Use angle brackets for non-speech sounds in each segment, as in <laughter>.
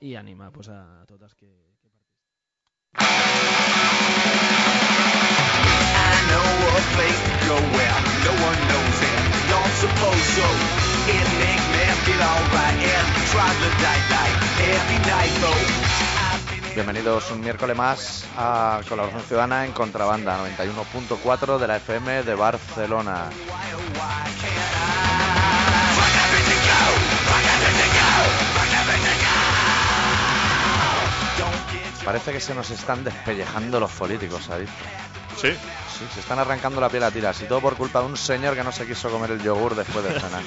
i animar pues, a totes que, que I know a place to go where no one knows it. Don't suppose so. Enigmas get alright and troglodyte like every night though. I've been in- Bienvenidos un miércoles más a Colaboración Ciudadana en Contrabanda 91.4 de la FM de Barcelona. Why, oh, why can't I? Fuck everything go. Fuck everything go. Fuck everything go. Don't get your Parece que se nos están despellejando los políticos, ¿sabéis? Sí, Sí, se están arrancando la piel a tiras y todo por culpa de un señor que no se quiso comer el yogur después de cenar.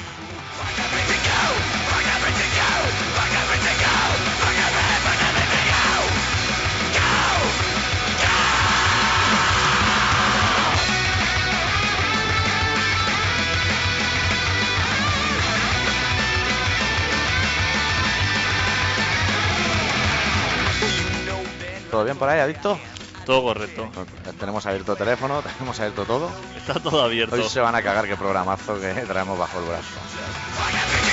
¿Todo bien por ahí, adicto? todo correcto. Tenemos abierto teléfono, <laughs> tenemos abierto todo. Está todo abierto. Hoy se van a cagar qué programazo que traemos bajo el brazo.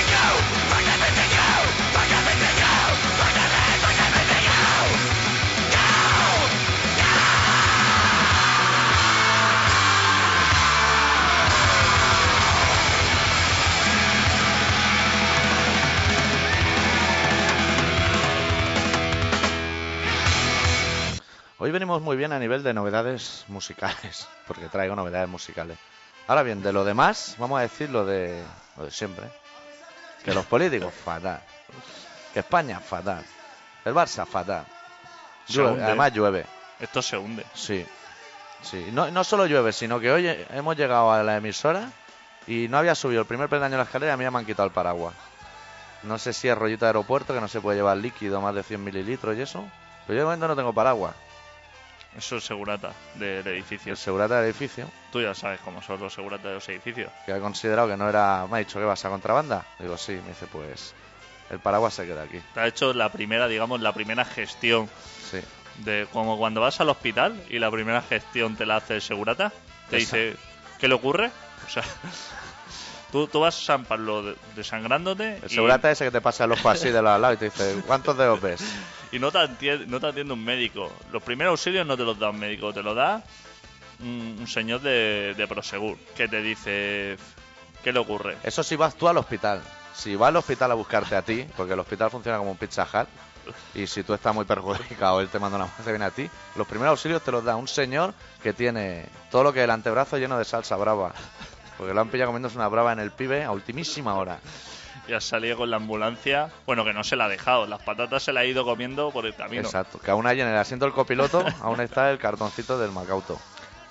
Hoy venimos muy bien a nivel de novedades musicales, <laughs> porque traigo novedades musicales. Ahora bien, de lo demás, vamos a decir lo de, lo de siempre. Que los políticos, fatal. Que España, fatal. El Barça, fatal. Se Llueve, hunde. además llueve, Esto se hunde. sí. sí. No, no solo llueve, sino que hoy hemos llegado a la emisora y no había subido el primer peldaño de la escalera y a mí ya me han quitado el paraguas. No sé si es rollito de aeropuerto, que no se puede llevar líquido más de 100 mililitros y eso. Pero yo de momento no tengo paraguas. Eso es segurata de, de Y el edificios. segurata del edificio Tú ya sabes cómo son los seguratas de los edificios. que ha considerado que no era. Me ha dicho que vas a contrabanda. Digo, sí, me dice, pues. El paraguas se queda aquí. Te ha hecho la primera, digamos, la primera gestión. Sí. de Como cuando vas al hospital y la primera gestión te la hace el segurata, te Esa. dice, ¿qué le ocurre? O sea, <laughs> tú, tú vas a San Pablo de- desangrándote El y- segurata ese que te pasa el ojo así de lado a lado y te dice, ¿cuántos dedos ves? y, no, te atiende, no te atiende un médico. Los primeros auxilios no te los da un médico, te los da un, un señor de, de Prosegur que te dice, ¿qué le ocurre? Eso sí vas tú al hospital. Si va al hospital a buscarte a ti, porque el hospital funciona como un pizza hut, y si tú estás muy perjudicado, él te manda una muerte viene a ti, los primeros auxilios te los da un señor que tiene todo lo que el antebrazo lleno de salsa brava. Porque lo han pillado comiéndose una brava en el pibe a ultimísima hora. Y ha salido con la ambulancia. Bueno, que no se la ha dejado. Las patatas se la ha ido comiendo por el camino. Exacto, que aún hay en el asiento del copiloto, aún está el cartoncito del Macauto.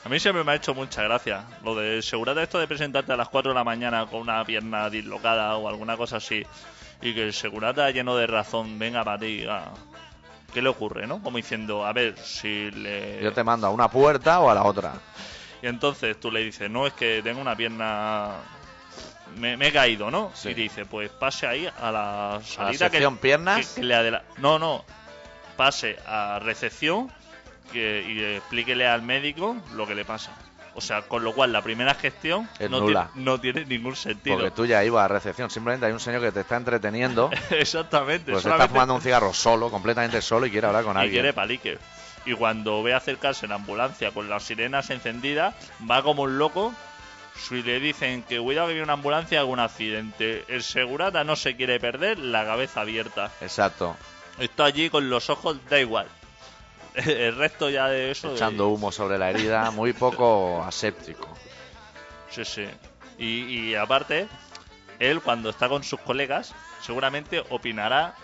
A mí siempre me ha hecho mucha gracia. Lo de segurata esto de presentarte a las 4 de la mañana con una pierna dislocada o alguna cosa así. Y que el segurata lleno de razón venga para ti y diga, ¿Qué le ocurre, no? Como diciendo, a ver, si le... Yo te mando a una puerta o a la otra. Y entonces tú le dices, no, es que tengo una pierna... Me, me he caído, ¿no? Sí. Y te dice, pues pase ahí a la salida que, sección piernas. que- que le adela- No, no. Pase a recepción que- y explíquele al médico lo que le pasa. O sea, con lo cual la primera gestión Es no, nula. Tiene, no tiene ningún sentido. Porque tú ya ibas a recepción, simplemente hay un señor que te está entreteniendo, <laughs> Exactamente. pues está solamente- fumando un cigarro solo, completamente solo y quiere hablar con y quiere alguien. palique. Y cuando ve acercarse la ambulancia con las sirenas encendidas, va como un loco. Si le dicen que cuidado que viene una ambulancia, algún accidente. El segurata no se quiere perder la cabeza abierta. Exacto, Está allí con los ojos, da igual. <laughs> El resto ya de eso. de- echando humo sobre la herida, muy poco aséptico. Sí, sí. Y, y aparte, él cuando está con sus colegas, seguramente opinará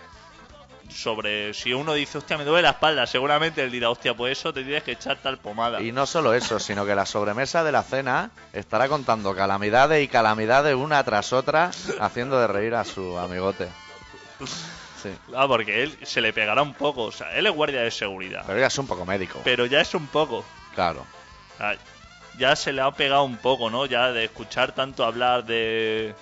sobre si uno dice, hostia, me duele la espalda, seguramente él dirá, hostia, pues eso te tienes que echar tal pomada. Y no solo eso, sino que la sobremesa de la cena estará contando calamidades y calamidades una tras otra, haciendo de reír a su amigote. Sí. Ah, porque él se le pegará un poco. O sea, él es guardia de seguridad. Pero ya es un poco médico. Pero ya es un poco. Claro. O sea, ya se le ha pegado un poco, ¿no? Ya de escuchar tanto hablar de...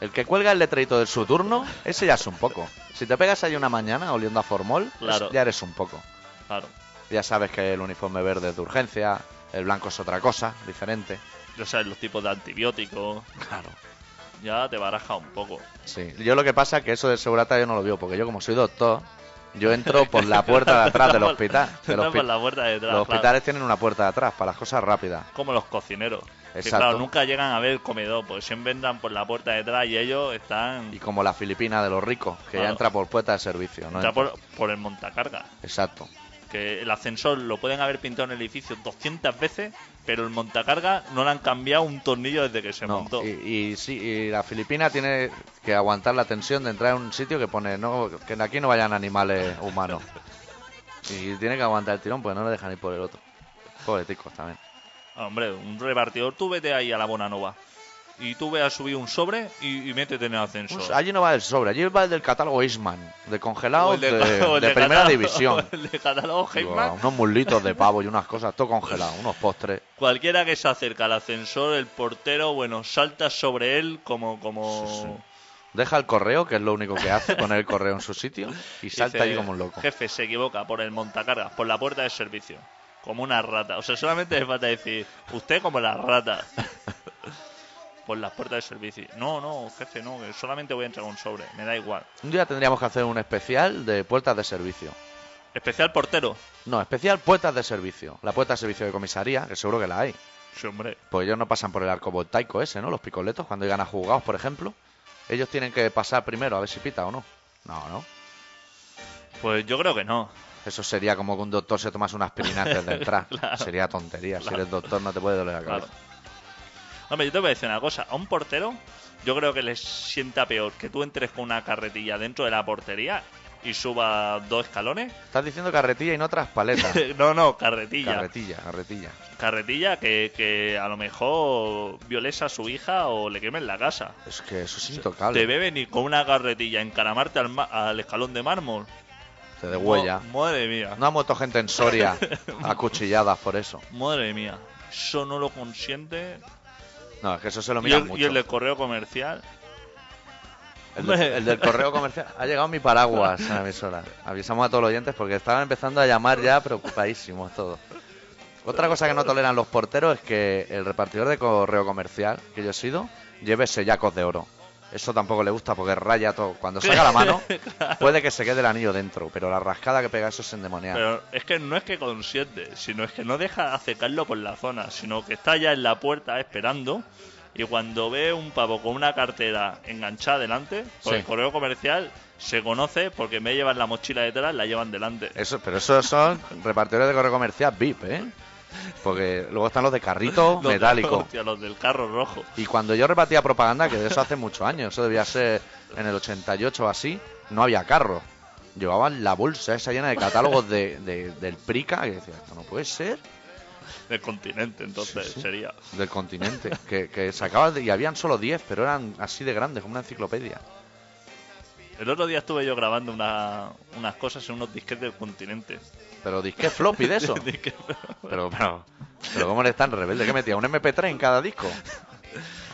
El que cuelga el letrerito de su turno, ese ya es un poco. Si te pegas ahí una mañana oliendo a formol, Claro. es- ya eres un poco. Claro. Ya sabes que el uniforme verde es de urgencia, el blanco es otra cosa, diferente. Ya sabes los tipos de antibióticos. Claro. Ya te baraja un poco. Sí. Yo lo que pasa es que eso del segurata yo no lo veo, porque yo como soy doctor, Yo entro por la puerta de atrás del hospital. Del Entra <laughs> por hospi- la puerta de atrás, Los claro. hospitales tienen una puerta de atrás para las cosas rápidas. Como los cocineros. Que, Exacto. claro, nunca llegan a ver el comedor, pues siempre entran por la puerta de atrás y ellos están. Y como la Filipina de los ricos, que Claro. ya entra por puerta de servicio. ¿no? entran Entra- por, por el montacarga. Exacto. Que el ascensor lo pueden haber pintado en el edificio 200 veces, pero el montacarga no le han cambiado un tornillo desde que se No, montó. y, y sí, y la Filipina tiene que aguantar la tensión de entrar en un sitio que pone no, que aquí no vayan animales <laughs> humanos. Y tiene que aguantar el tirón, porque no le dejan ir por el otro. Pobre ticos también. Hombre, un repartidor, tú vete ahí a la Bonanova. Y tú ve a subir un sobre y, y métete en el ascensor. Pues allí no va el sobre, allí va el del catálogo Eastman, de O congelados el de, <laughs> o el de primera catálogo- división. o <laughs> el de catálogo Digo, Heidman. unos muslitos de pavo y unas cosas, todo congelado, unos postres. Cualquiera que se acerca al ascensor, el portero, bueno, salta sobre él como. como... Sí, sí. Deja el correo, que es lo único que hace, poner el correo en su sitio, <laughs> y salta Dice, allí como un loco. Jefe, se equivoca por el montacargas, por la puerta de servicio. Como una rata. O sea, solamente le falta decir, usted como la <laughs> rata. por las puertas de servicio. No, no, jefe, no, que solamente voy a entregar un sobre. Me da igual. Un día tendríamos que hacer un especial de puertas de servicio. Especial portero. No, especial puertas de servicio. La puerta de servicio de comisaría, que seguro que la hay. Sí, hombre. Pues ellos no pasan por el arco voltaico ese, ¿no? Los picoletos, cuando llegan a jugados, por ejemplo. Ellos tienen que pasar primero a ver si pita o no. No, no. Pues yo creo que no. Eso sería como que un doctor se tomase una aspirina antes de <laughs> entrar. sería tontería. Si eres doctor no te puede doler la Claro. cabeza. Hombre, yo te voy a decir una cosa. A un portero, yo creo que les sienta peor que tú entres con una carretilla dentro de la portería y subas dos escalones. Estás diciendo carretilla y no traspaleta. <laughs> no, no, carretilla. carretilla, carretilla. carretilla que, que a lo mejor violes a su hija o le quemen la casa. Es que eso es Te intocable. beben y con una carretilla encaramarte al, ma- al escalón de mármol. Te de huella. Mo- madre mía. No ha muerto gente en <laughs> Soria acuchilladas por eso. Madre mía. Eso no lo consiente. No, es que eso se lo Y miran el, mucho. y el del correo comercial. El, de- Hombre. el del correo comercial. Ha llegado mi paraguas a la emisora. Avisamos a todos los oyentes porque estaban empezando a llamar ya preocupadísimos todos. Otra cosa que no toleran los porteros es que el repartidor de correo comercial que yo he sido lleve sellacos de oro. Eso tampoco le gusta porque raya todo. Cuando saca la <laughs> mano, puede que se quede el anillo dentro, pero la rascada que pega eso es endemoniada. Pero es que no es que consiente, sino es que no deja acercarlo por la zona, sino que está ya en la puerta esperando. Y cuando ve un pavo con una cartera enganchada delante, por Sí. el correo comercial, se conoce porque me llevan la mochila detrás, la llevan delante. Eso, pero esos son repartidores de correo comercial VIP, ¿eh? Porque luego están los de carrito <laughs> Los de- metálico. hostia, los del carro rojo. Y cuando yo repartía propaganda, que de eso hace muchos años, eso debía ser en el 88 o así, no había carro. Llevaban la bolsa esa llena de catálogos de, de- del Prica, que decía, esto no puede ser, Del continente, entonces Sí, sí. sería. del continente, que, que sacabas, de- y habían solo 10, pero eran así de grandes, como una enciclopedia. El otro día estuve yo grabando una- unas cosas en unos disquetes del continente. <laughs> Pero disque floppy de eso. Disque- Pero, pero, pero ¿cómo eres tan rebelde? que metía? ¿Un MP3 en cada disco?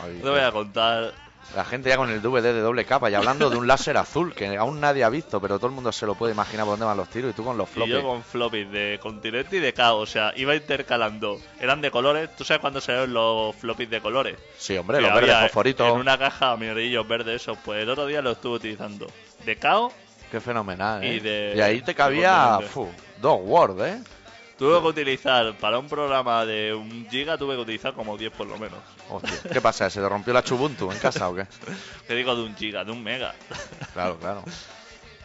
Ay, No te voy a contar. La gente ya con el DVD de doble capa y hablando de un láser azul que aún nadie ha visto, pero todo el mundo se lo puede imaginar por dónde van los tiros y tú con los Y floppy. yo con floppies de continente y de K, o sea, iba intercalando. Eran de colores, tú sabes cuándo salieron los floppies de colores. Sí, hombre, Que los verdes había fosforitos. En una caja, amarillos verdes, esos. Pues el otro día los estuve utilizando. De KO, Qué fenomenal, ¿eh? Y de- ahí te de cabía continente. fu, dos Word, ¿eh? tuve que utilizar, para un programa de un giga, tuve que utilizar como 10 por lo menos. Hostia, ¿qué pasa? ¿Se te rompió la Chubuntu en casa o qué? Que digo de un giga, de un mega. <laughs> Claro, claro.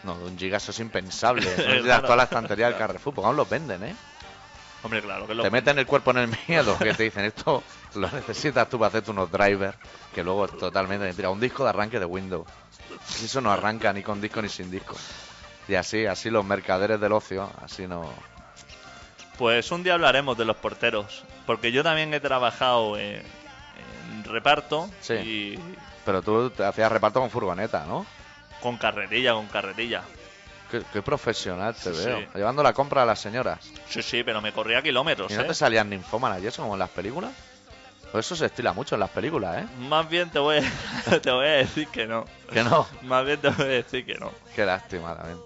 No, de un giga eso es <laughs> impensable. Eso es Claro. toda la estantería del Carrefour, porque aún los venden, ¿eh? Hombre, claro, que lo. Te meten el cuerpo en el miedo, que te dicen esto lo necesitas tú para hacerte unos drivers, que luego es totalmente mentira. Un disco de arranque de Windows. Y Eso no arranca ni con disco ni sin disco. Y así, así los mercaderes del ocio, así no. Pues un día hablaremos de los porteros. Porque yo también he trabajado en, en reparto. Sí. Y Pero tú te hacías reparto con furgoneta, ¿no? con carretilla, con carretilla. Qué, qué profesional te Sí, veo. sí. Llevando la compra a las señoras. Sí, sí, pero me corría kilómetros, ¿Y no ¿eh? te salían ninfómanas y eso como en las películas? Pues eso se estila mucho en las películas, ¿eh? Más bien te voy, a, <laughs> te voy a decir que no. Que no. Más bien te voy a decir que no. <laughs> Qué lástima también.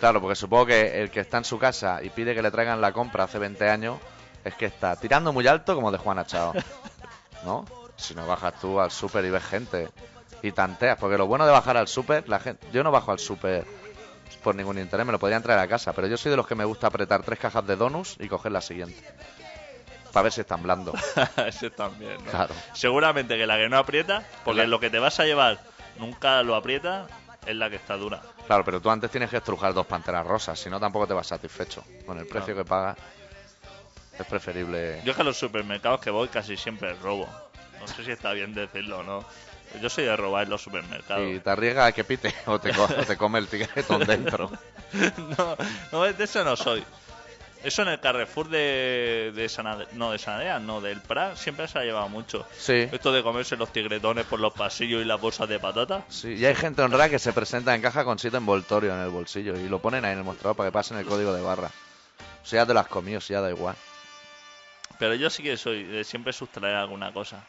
Claro, porque supongo que el que está en su casa y pide que le traigan la compra hace 20 años es que está tirando muy alto como de Juana Chao. <laughs> ¿No? Si no bajas tú al súper y ves gente y tanteas, porque lo bueno de bajar al súper, la gente, yo no bajo al súper por ningún interés, me lo podrían traer a casa, pero yo soy de los que me gusta apretar tres cajas de donuts y coger la siguiente. Para ver si están blandos. Ese también, <laughs> ¿no? Claro. Seguramente que la que no aprieta, porque Claro. lo que te vas a llevar nunca lo aprieta, es la que está dura. Claro, pero tú antes tienes que estrujar dos panteras rosas, si no tampoco te vas satisfecho. Con el precio que pagas, es preferible. Yo es que a los supermercados que voy casi siempre robo. No sé si está bien decirlo o no. Yo soy de robar en los supermercados. Y te arriesgas a que pite <laughs> o te, co- o te come el tiquetón dentro. <laughs> no, no, de eso no soy. Eso en el Carrefour de, de Sanade- no de Sanadea, no, del Prat, siempre se ha llevado mucho. Sí. Esto de comerse los tigretones por los pasillos y las bolsas de patata. Sí, y hay gente honrada que se presenta en caja con siete envoltorios en el bolsillo y lo ponen ahí en el mostrador para que pasen el código de barra. O sea, ya te lo has comido, si ya da igual. Pero yo sí que soy de siempre sustraer alguna cosa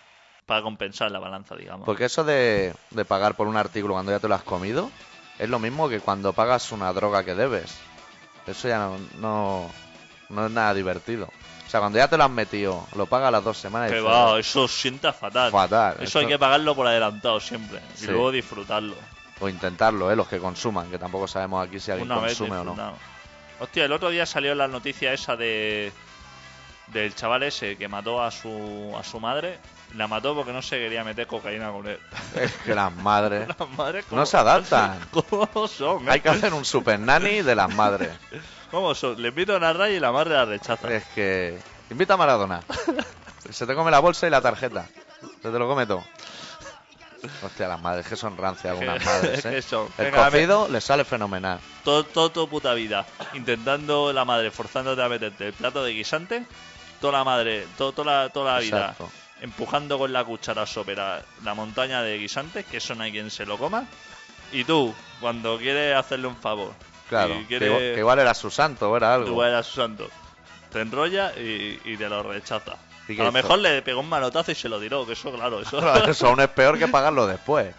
para compensar la balanza, digamos. Porque eso de, de pagar por un artículo cuando ya te lo has comido es lo mismo que cuando pagas una droga que debes. Eso ya no, no, no es nada divertido. O sea, cuando ya te lo has metido, lo pagas a las dos semanas y Que dices, va, eso sienta fatal. Fatal, Eso, esto- hay que pagarlo por adelantado siempre Sí. y luego disfrutarlo. o intentarlo, ¿eh? los que consuman, que tampoco sabemos aquí si alguien Una vez consume o <laughs> no. disfrutado. Hostia, el otro día salió la noticia esa de del chaval ese que mató a su a su madre. La mató porque no se quería meter cocaína con él. <laughs> Es que las madres. Las madres No se adaptan. <laughs> ¿Cómo son? eh? Hay que hacer un super nani de las madres. ¿Cómo son? Le invito a una raya y la madre la rechaza. Es que. Invita a Maradona. Se te come la bolsa y la tarjeta. Se te lo come todo. Hostia, las madres que son rancias algunas <laughs> Es que- madres, es ¿eh? que son. El Venga, a ver. cocido le sale fenomenal. Todo, todo tu puta vida intentando la madre, forzándote a meterte el plato de guisante. Toda la madre, todo- toda la, toda la vida Exacto. empujando con la cuchara sopera la montaña de guisantes, que eso no hay quien se lo coma. Y tú, cuando quieres hacerle un favor, Claro. y Que, igual, que igual era su santo o era tú algo. eres su santo, te enrolla y, y te lo rechaza. ¿Y qué A lo hizo? mejor le pegó un manotazo y se lo tiró, que eso, <laughs> claro, eso. Eso aún es peor que pagarlo <laughs> después.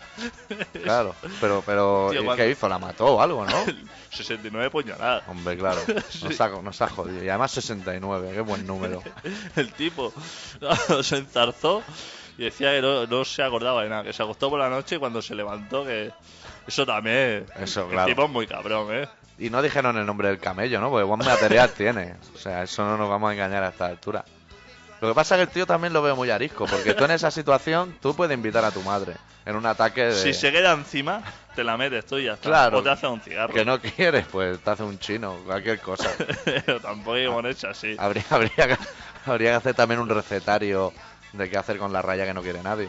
Claro. Pero, pero Tío, ¿y cuando- ¿qué hizo? ¿La mató o algo, <laughs> no? 69 puñaladas. Hombre, claro. Nos ha, nos ha jodido. Y además 69, qué buen número. El tipo <laughs> se enzarzó y decía que no, no se acordaba de nada, que se acostó por la noche y cuando se levantó, que eso también. Eso, El claro. tipo es muy cabrón, ¿eh? Y no dijeron el nombre del camello, ¿no? Porque buen material tiene. O sea, eso no nos vamos a engañar a esta altura. Lo que pasa es que el tío también lo veo muy arisco, porque tú en esa situación, tú puedes invitar a tu madre en un ataque de... Si se queda encima, te la metes tú y ya está. Claro. O te hace un cigarro. Que no quieres, pues te hace un chino, cualquier cosa. Pero tampoco hay Ah, con hecho así. habría, <laughs> habría, que, habría que hacer también un recetario de qué hacer con la raya que no quiere nadie.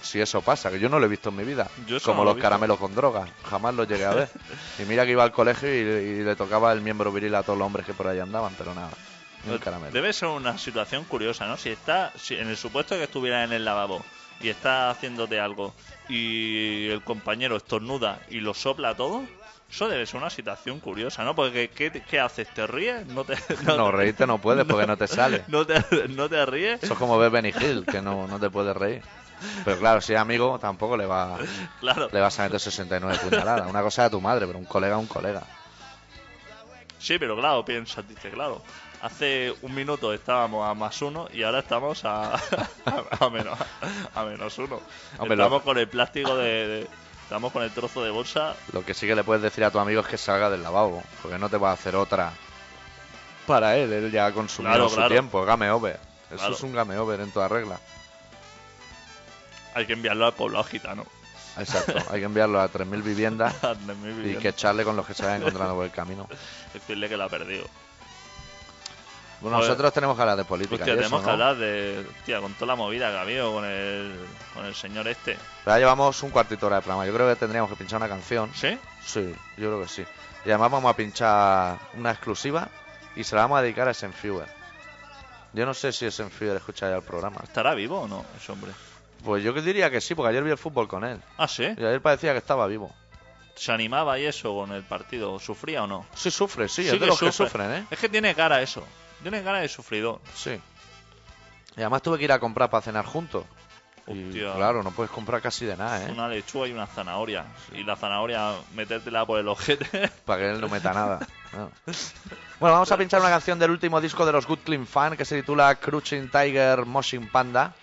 Si eso pasa, que yo no lo he visto en mi vida. Yo eso Como no lo he los visto. caramelos con drogas, jamás los llegué a <laughs> ver. Y mira que iba al colegio y, y le tocaba el miembro viril a todos los hombres que por ahí andaban, pero nada. ni un caramelo. Debe ser una situación curiosa, ¿no? Si está, si en el supuesto que estuviera en el lavabo y está haciéndote algo y el compañero estornuda y lo sopla todo, eso debe ser una situación curiosa, ¿no? Porque ¿qué, qué haces? ¿Te ríes? No te <laughs> No, reírte no puedes porque no te sale. No te, no te ríes. Eso es como ver Benny Hill, que no, no te puedes reír. Pero claro, si es amigo, tampoco le va, Claro. le vas a meter 69 puñaladas. Una cosa de tu madre, pero un colega, un colega. Sí, pero claro, piensas, dice, claro. Hace un minuto estábamos a más uno y ahora estamos a, <laughs> a, menos, a menos uno. Hombre, lo- estamos con el plástico de, de- Estamos con el trozo de bolsa. Lo que sí que le puedes decir a tu amigo es que salga del lavabo, porque no te va a hacer otra para él. Él ya ha consumido Claro, su claro. tiempo, game over. Eso Claro. es un game over en toda regla. Hay que enviarlo al poblado gitano. <laughs> Exacto, hay que enviarlo a 3.000 viviendas Ande, mi y vida. que echarle con los que se vayan encontrando por el <laughs> camino. Decirle que la ha perdido. Bueno, A ver. nosotros tenemos que hablar de política. Hostia, y eso, tenemos que ¿no? hablar de. Hostia, con toda la movida que ha habido con el, con el señor este. Ya llevamos un cuartito de hora de programa. Yo creo que tendríamos que pinchar una canción. ¿Sí? Sí, yo creo que sí. Y además vamos a pinchar una exclusiva y se la vamos a dedicar a Senfuer. Yo no sé si Senfuer escucha ya el programa. ¿Estará vivo o no ese hombre? Pues yo que diría que sí, porque ayer vi el fútbol con él. Ah, sí. Y ayer parecía que estaba vivo. ¿Se animaba y eso con el partido? ¿Sufría o no? Sí sufre, sí, Sí es de que los que sufre. sufren, ¿eh? Es que tiene cara eso. Tiene cara de sufridor. Sí. Y además tuve que ir a comprar para cenar juntos. Y, Hostia. claro, no puedes comprar casi de nada, ¿eh? Una lechuga y una zanahoria. Y la zanahoria, metértela por <laughs> el ojete. Para que él no meta nada. No. Bueno, vamos a pinchar una canción del último disco de los Good Clean Fan que se titula Crouching Tiger, Moshing Panda.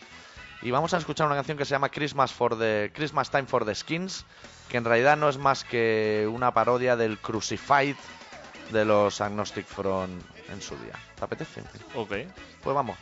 Y vamos a escuchar una canción que se llama Christmas, for the, Christmas Time for the Skins, que en realidad no es más que una parodia del Crucified de los Agnostic Front en su día. ¿Te apetece? Ok. Pues vamos.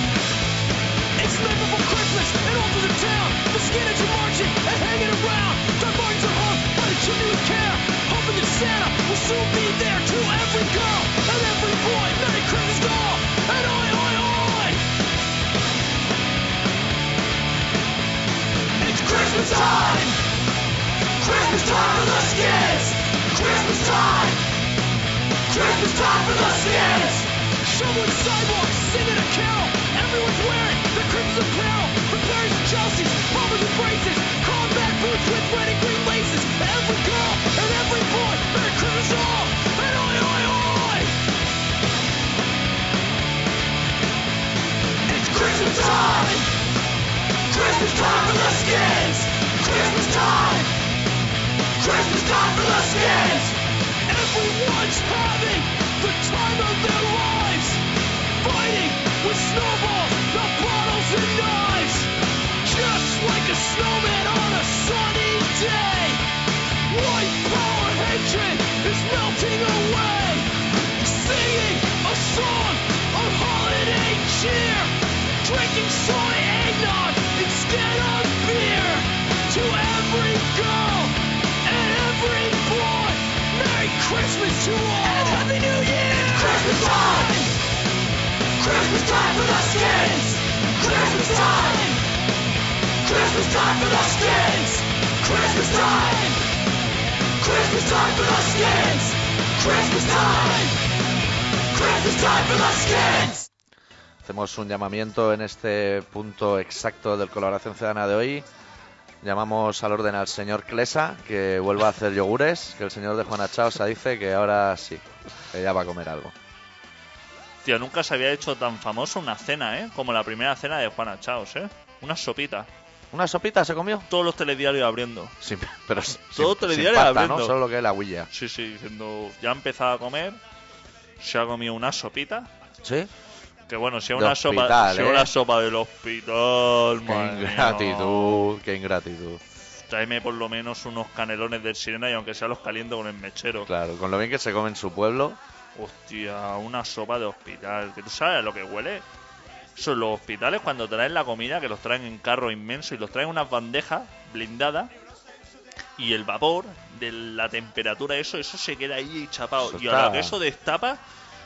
It's the night before Christmas, and all through the town, the scanners are marching and hanging around. Dark bodies are hung by the chimney with care, hoping that Santa will soon be there to every girl and every boy. Merry Christmas, doll, and oi, oi, oi! It's Christmas time! Christmas time for the skins! Christmas time! Christmas time for the skins! Shoveling sidewalks, singing a carol. Everyone's wearing the crimson apparel. From Paris to Chelsea, bombers and braces. Combat boots with red and green laces. Every girl and every boy, Merry Christmas all. And oi, oi, oi! It's Christmas time! Christmas time for the skins! Christmas time! Christmas time for the skins! Everyone's having the time of their lives! Fighting with snowballs, not bottles and knives! Just like a snowman on a sunny day! White power hatred is melting away! Singing a song of holiday cheer! Drinking soy eggnog instead of beer! To every girl and every boy! Merry Christmas to all! And Happy New Year! It's Christmas time! Christmas time for the skins! Christmas time! Christmas time for the skins! Christmas time! Christmas time for the skins! Christmas time! Christmas time for the skins! Hacemos un llamamiento en este punto exacto del Colaboración Ciudadana de hoy. Llamamos al orden al señor Clesa, que vuelva a hacer yogures, que el señor de Juana Chausa dice que ahora sí, que ya va a comer algo. Tío, nunca se había hecho tan famoso una cena, ¿eh? Como la primera cena de Juana Chaos, ¿eh? Una sopita. ¿Una sopita se comió? Todos los telediarios abriendo. Sin- pero sin, Todo sin- sin telediario pasta, abriendo. ¿no? Solo lo que es la huilla. Sí, sí, diciendo, ya ha empezado a comer, se ha comido una sopita. ¿Sí? Que bueno, si es De una sopa, hospital, si es ¿eh? una sopa del hospital, Qué madre mía. ingratitud, qué ingratitud. Tráeme por lo menos unos canelones del sirena y aunque sea los caliento con el mechero. Claro, con lo bien que se come en su pueblo, <laughs> Hostia, una sopa de hospital. Que tú sabes a lo que huele. Son los hospitales cuando traen la comida, que los traen en carro inmenso y los traen en unas bandejas blindadas. Y el vapor de la temperatura, eso, eso se queda ahí chapado. Eso y ahora está- que eso destapa,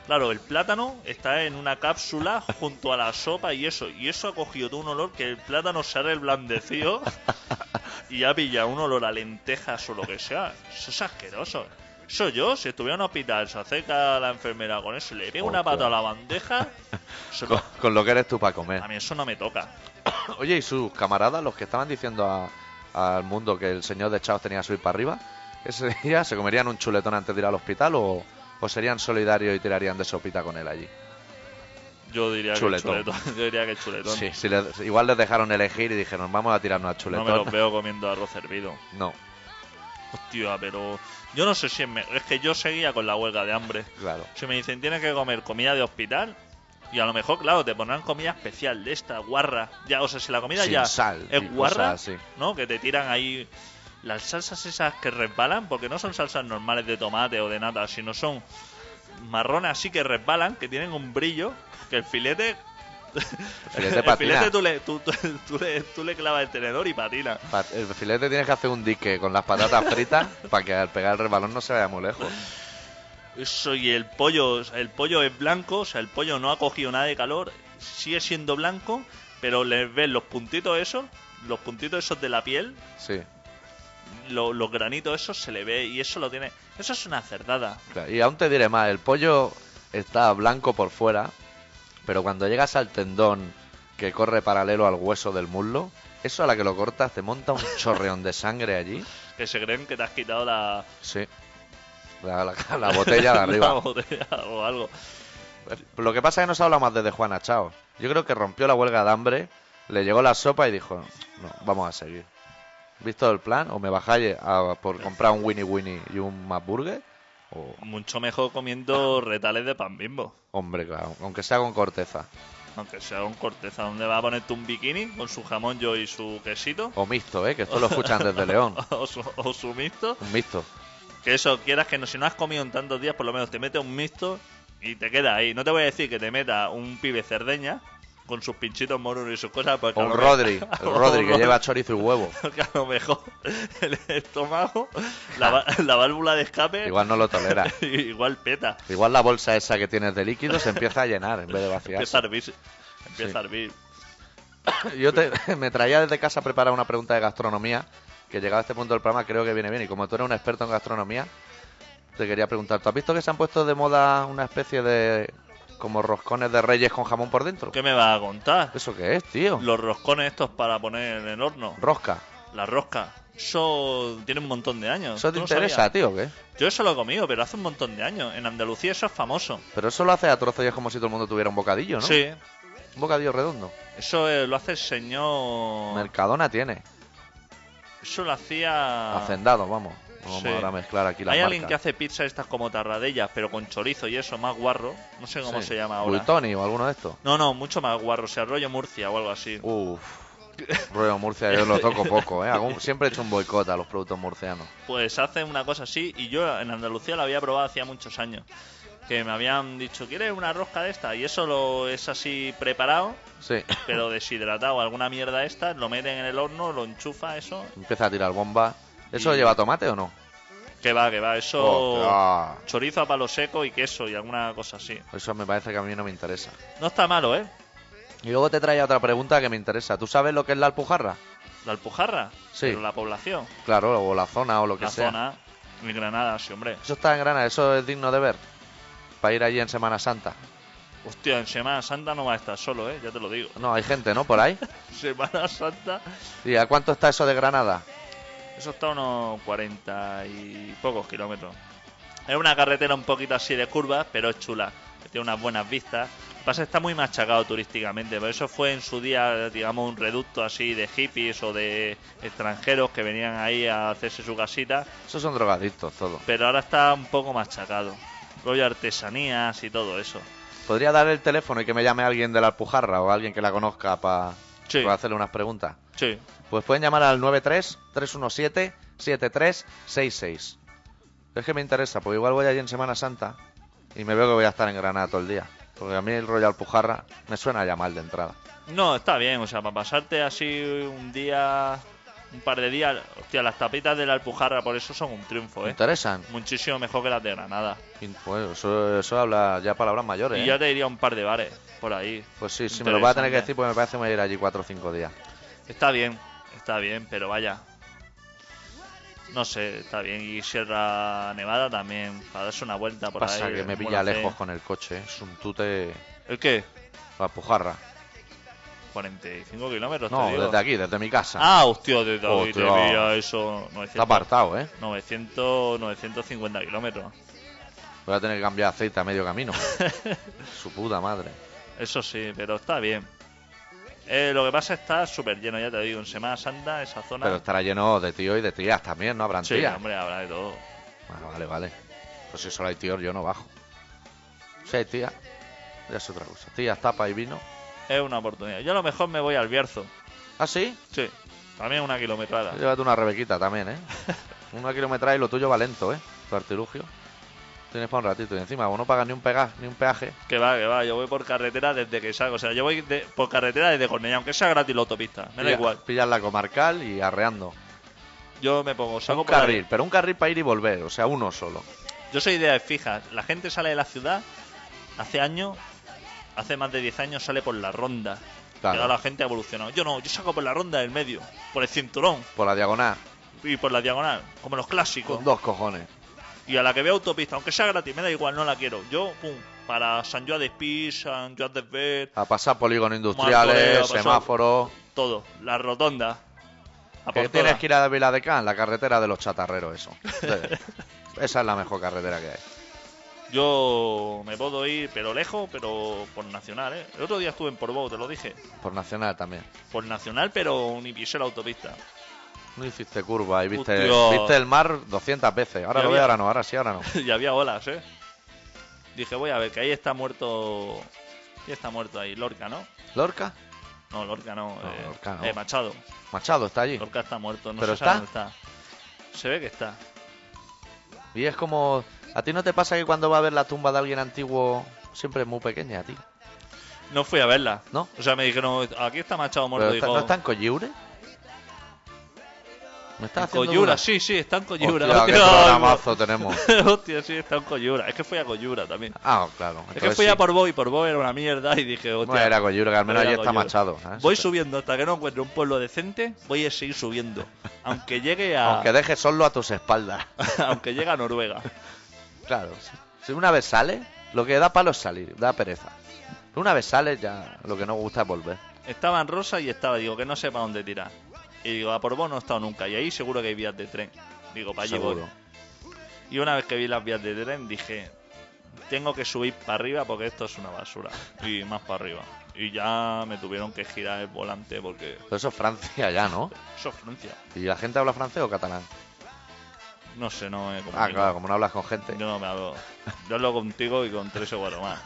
claro, el plátano está en una cápsula junto a la sopa y eso. Y eso ha cogido todo un olor que el plátano se ha reblandecido <laughs> y ha pillado un olor a lentejas o lo que sea. Eso es asqueroso. Eso yo, si estuviera en un hospital, se acerca a la enfermera con eso y le pega una Ostras. pata a la bandeja. eso con, no- con lo que eres tú para comer. a mí eso no me toca. Oye, ¿y sus camaradas, los que estaban diciendo a- al mundo que el señor de Chaos tenía que subir para arriba, ese <laughs> día se comerían un chuletón antes de ir al hospital o, o serían solidarios y tirarían de sopita con él allí? Yo diría Chuletón. que chuletón. Yo diría que chuletón. Sí, si le- igual les dejaron elegir y dijeron, vamos a tirarnos a no chuletón. me los veo comiendo arroz hervido. <laughs> No, Hostia, pero yo no sé si es me- Es que yo seguía con la huelga de hambre. claro. Si me dicen tienes que comer comida de hospital, y a lo mejor, claro, te pondrán comida especial de esta, guarra. Ya, o sea, si la comida Sin ya sal y es guarra, cosas así. ¿no? Que te tiran ahí las salsas esas que resbalan, porque no son salsas normales de tomate o de nada, sino son marrones así que resbalan, que tienen un brillo, que <laughs> el filete. filete <laughs> el patina. filete tú le, tú, <laughs> tú- tú le, tú le clavas el tenedor y patina. Pa- El filete tienes que hacer un dique con las patatas fritas <laughs> para que al pegar el rebalón no se vaya muy lejos. Eso y el pollo, el pollo es blanco, o sea, el pollo no ha cogido nada de calor, sigue siendo blanco, pero le ves los puntitos esos, los puntitos esos de la piel, Sí. lo- los granitos, eso se le ve y eso lo tiene. Eso es una cerdada. Claro, Y aún te diré más, el pollo está blanco por fuera, pero cuando llegas al tendón que corre paralelo al hueso del muslo, eso a la que lo cortas te monta un chorreón de sangre allí. Que se creen que te has quitado la, Sí. La, la- la <laughs> botella de <laughs> la arriba. botella o algo. Lo que pasa es que no se habla más desde Juana Chao. Yo creo que rompió la huelga de hambre, le llegó la sopa y dijo, no, vamos a seguir. ¿Visto el plan? ¿O me bajáis a- por comprar un Winnie Winnie y un McBurger? O, Mucho mejor comiendo retales de pan bimbo. hombre, claro, aunque sea con corteza. Aunque sea un corteza, ¿dónde va a ponerte un bikini con su jamón yo y su quesito? O mixto, ¿eh? Que esto lo escuchan desde León. <laughs> o, su, o su mixto. Un mixto. Que eso quieras que no, si no has comido en tantos días, por lo menos te metes un mixto y te queda ahí. No te voy a decir que te meta un pibe cerdeña con sus pinchitos morunos y sus cosas. Porque O a un lo me- <laughs> Rodri. o El un Rodri que Rodri. lleva chorizo y huevo. Porque a lo mejor el estómago, la, va- la válvula de escape, Igual no lo tolera. <laughs> igual peta. Igual la bolsa esa que tienes de líquido se empieza a llenar en vez de Empieza a vaciar. hervir. Empieza Sí. a hervir. <laughs> Yo te- me traía desde casa preparada una pregunta de gastronomía que llegado a este punto del programa creo que viene bien. Y como tú eres un experto en gastronomía, te quería preguntar, ¿tú has visto que se han puesto de moda una especie de... como roscones de reyes con jamón por dentro? ¿Qué me vas a contar? ¿Eso qué es, tío? Los roscones estos para poner en el horno. Rosca. La rosca. Eso tiene un montón de años. ¿Eso te ¿Tú no interesa, sabías? tío? o ¿Qué? Yo eso lo he comido, pero hace un montón de años. En Andalucía eso es famoso. Pero eso lo haces a trozos y es como si todo el mundo tuviera un bocadillo, ¿no? Sí. Un bocadillo redondo. Eso eh, lo hace el señor... Mercadona tiene. Eso lo hacía... Hacendado, vamos. Vamos Ah. Sí. ahora a mezclar aquí las Hay alguien marcas. que hace pizza estas como tarradellas, pero con chorizo y eso, más guarro. No sé cómo Sí. se llama ahora. Buitoni o alguno de estos. No, no, mucho más guarro. O sea, rollo Murcia o algo así. Uff. <laughs> Ruedo Murcia, yo lo toco poco, ¿eh? Hago- siempre he hecho un boicot a los productos murcianos. Pues hace una cosa así y yo en Andalucía la había probado hacía muchos años. Que me habían dicho, ¿quieres una rosca de esta? Y eso lo es así preparado, Sí, pero deshidratado, alguna mierda esta, lo meten en el horno, lo enchufa, eso. empieza a tirar bombas. ¿Eso Y- lleva tomate o no? Que va, que va, eso. Oh, Ostras. Chorizo a palo seco y queso y alguna cosa así. Eso me parece que a mí no me interesa. No está malo, ¿eh? Y luego te traía otra pregunta que me interesa. ¿Tú sabes lo que es la alpujarra? La alpujarra, Sí. pero la población, Claro, o la zona o lo que la sea. zona, mi Granada, sí, hombre. Eso está en Granada, eso es digno de ver. Para ir allí en Semana Santa. Hostia, en Semana Santa no va a estar solo, ¿eh? Ya te lo digo. <laughs> No, hay gente, ¿no? Por ahí. Semana Santa, ¿Y a cuánto está eso de Granada? eso está a unos 40 y pocos kilómetros. Es una carretera un poquito así de curvas, pero es chula. que Tiene unas buenas vistas. Lo que pasa es que está muy machacado turísticamente, pero eso fue en su día, digamos, un reducto así de hippies o de extranjeros que venían ahí a hacerse su casita, Esos son drogadictos todos. pero ahora está un poco machacado. Rollo artesanías y todo eso. ¿Podría dar el teléfono y que me llame alguien de la Alpujarra o alguien que la conozca para Sí. hacerle unas preguntas? Sí, Pues pueden llamar al 93-317-7366. Es que me interesa, porque igual voy allí en Semana Santa y me veo que voy a estar en Granada todo el día. Porque a mí el Royal Alpujarra me suena ya mal de entrada. No, está bien, o sea, para pasarte así un día, un par de días, hostia, las tapitas de la Alpujarra por eso son un triunfo, ¿Me ¿eh? interesan? Muchísimo mejor que las de Granada. Y, Pues eso, eso habla ya palabras mayores. Y ¿eh? ya te diría un par de bares por ahí. Pues sí, sí, me lo vas a tener que Interesante. decir porque me parece que me voy a ir allí cuatro o cinco días. Está bien, está bien, pero vaya. No sé, está bien. Y Sierra Nevada también, para darse una vuelta por Pasa ahí. que me en pilla buena fe. lejos con el coche, ¿eh? es un tute ¿El qué? la Alpujarra. 45 kilómetros, Pues te No, digo. desde aquí, desde mi casa. Ah, hostia, desde aquí Hostia. te pilla eso. 900, Está apartado, ¿eh? 900, <laughs> 950 kilómetros. Voy a tener que cambiar aceite a medio camino. Su puta madre. Pues Eso sí, pero está bien. Eh, lo que pasa es que está súper lleno, ya te digo, en Semana Santa, esa zona. Pero estará lleno de tíos y de tías también, ¿no? Habrán sí, tías. hombre, habrá de todo. Bueno, vale, vale. Pues si solo hay tíos, yo no bajo. Si hay tías, ya es otra cosa. Tías, tapa y vino. Es una oportunidad. Yo a lo mejor me voy al Bierzo. ¿Ah, sí? Sí, también una kilometrada. Llévate una rebequita también, <laughs> ¿eh? Una kilometraje y lo tuyo va lento, ¿eh? Tu artilugio. Tienes para un ratito y encima vos no pagas ni un, pega, ni un peaje. Que va, que va, yo voy por carretera desde que salgo. O sea, yo voy de- por carretera desde Cornellá, aunque sea gratis la autopista. Me da Pilla- igual. Pillas la comarcal y arreando. Yo me pongo, salgo un por la- carril, pero un carril para ir y volver, o sea, uno solo. Yo soy de fijas. La gente sale de la ciudad hace años, hace más de 10 años sale por la ronda. Claro. Que ahora la gente ha evolucionado. Yo no, yo saco por la ronda del medio, por el cinturón. Por la diagonal. y por la diagonal, como los clásicos. Con dos cojones. Y a la que vea autopista, aunque sea gratis, me da igual, no la quiero. Yo, pum, para San Joan de Espí, San Joan de Ver, A pasar polígonos Martorell, a industriales, pasar- semáforos. todo. La rotonda. A Que por tienes todas. que ir a Viladecán, la carretera de los chatarreros, eso. <laughs> Sí. Esa es la mejor carretera que hay. Yo me puedo ir, pero lejos, pero por nacional, ¿eh? El otro día estuve en Portbou, te lo dije. Por Nacional también. Por nacional, pero ni pisé la autopista. <laughs> No hiciste curva y viste, Hostia. viste el mar 200 veces. Ahora Ya lo veo, había- ahora no, ahora sí, ahora no. y había olas, ¿eh? Dije, voy a ver, que ahí está muerto. ¿Quién está muerto ahí? Lorca, ¿no? ¿Lorca? No, Lorca no. No, eh, Lorca no. eh, Machado. Machado está allí. Lorca está muerto, no ¿Pero se sabe está? dónde está. Se ve que está. Y es como. ¿A ti no te pasa que cuando vas a ver la tumba de alguien antiguo siempre es muy pequeña, tío? No fui a verla. ¿No? O sea, me dijeron, aquí está Machado muerto. Pero está- digo, ¿No está en Coyure? ¿Me está en haciendo Coyura, dudas? sí, sí, está en Coyura. Hostia, qué Hostia, programazo tenemos. <laughs> Hostia, sí, está en Coyura. Es que fui a Coyura también. Ah, claro. es que entonces fui sí. a por Boy, por Boy era una mierda y dije, hostia. No era Coyure, que al menos era allí está Coyura. Machado. ¿eh? Voy Sí, sí. subiendo hasta que no encuentre un pueblo decente, voy a seguir subiendo. Aunque llegue <laughs> a. Aunque dejes solo a tus espaldas. <laughs> aunque llegue a Noruega. Claro, si- si una vez sale, lo que da palo es salir, da pereza. Pero una vez sales, ya lo que no gusta es volver. Estaba en Rosa y estaba, digo, que no sepa dónde tirar. Y digo, a Porvoo no he estado nunca. Y ahí seguro que hay vías de tren. Digo, para allí voy. Seguro. Y una vez que vi las vías de tren dije, tengo que subir para arriba porque esto es una basura. Y más para arriba. Y ya me tuvieron que girar el volante porque Pero eso es Francia ya, ¿no? eso es Francia. ¿Y la gente habla francés o catalán? No sé, no me Ah, comunico. claro, como no hablas con gente. Yo no me hablo. Yo hablo contigo y con tres o <laughs> cuatro más.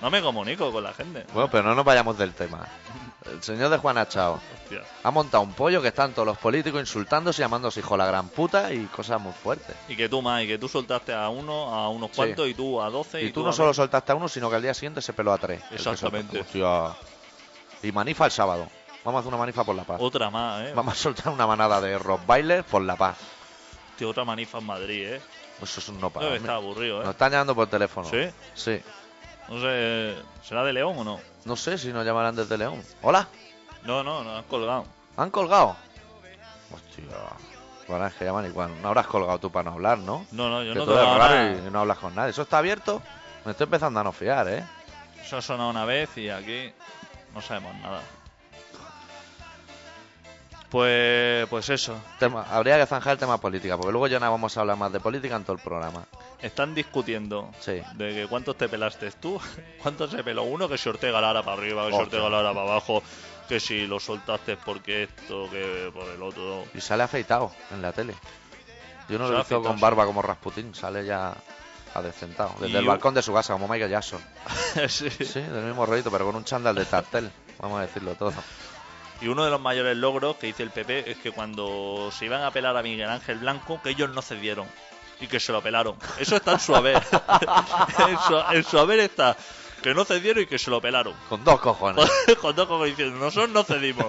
No me comunico con la gente. Bueno, pero no nos vayamos del tema. El señor de Juan Chao Hostia. ha montado un pollo que están todos los políticos insultándose, llamándose hijo de la gran puta y cosas muy fuertes. Y que tú más, y que tú soltaste a uno, a unos Sí. cuantos, y tú a doce. Y, tú, a no veinte. solo soltaste a uno, sino que al día siguiente se peló a tres. El que soltó. Exactamente. Hostia. Y manifa el sábado. Vamos a hacer una manifa por la paz. Otra más, ¿eh? Vamos a soltar una manada de rock bailers por la paz. Hostia, otra manifa en Madrid, ¿eh? Eso es un no para. Debe mí. estar aburrido, ¿eh? Nos están llamando por teléfono. ¿Sí? Sí. No sé, ¿será de León o no? No sé si nos llamarán desde León. Hola, No, no, nos han colgado. ¿han colgado? Hostia. Bueno, es que llaman igual. No habrás colgado tú para no hablar, ¿no? No, no, yo que no todo es tocaba raro nada. y no hablas con nadie. ¿Eso está abierto? Me estoy empezando a no fiar, ¿eh? Eso ha sonado una vez y aquí no sabemos nada. Pues, pues eso. Tema- habría que zanjar el tema política, porque luego ya no vamos a hablar más de política en todo el programa. Están discutiendo Sí. de que cuántos te pelaste tú, <laughs> cuántos se peló uno, que si Ortega Lara para arriba, que si Hostia. Ortega Lara para abajo, que si lo soltaste porque esto, que por el otro. <laughs> Y sale afeitado en la tele. Yo no lo Sale he visto afeitado, con sí. barba como Rasputín, sale ya adecentado. Desde Y el un- balcón de su casa, como Michael Jackson. Sí. Sí, del mismo rollito, pero con un chándal de tartel. Vamos a decirlo todo. Y uno de los mayores logros que hizo el PP es que cuando se iban a pelar a Miguel Ángel Blanco, que ellos no cedieron y que se lo pelaron. Eso está en su haber. en, su, en su haber está que no cedieron y que se lo pelaron. Con dos cojones. <laughs> Con dos como diciendo, nosotros no cedimos.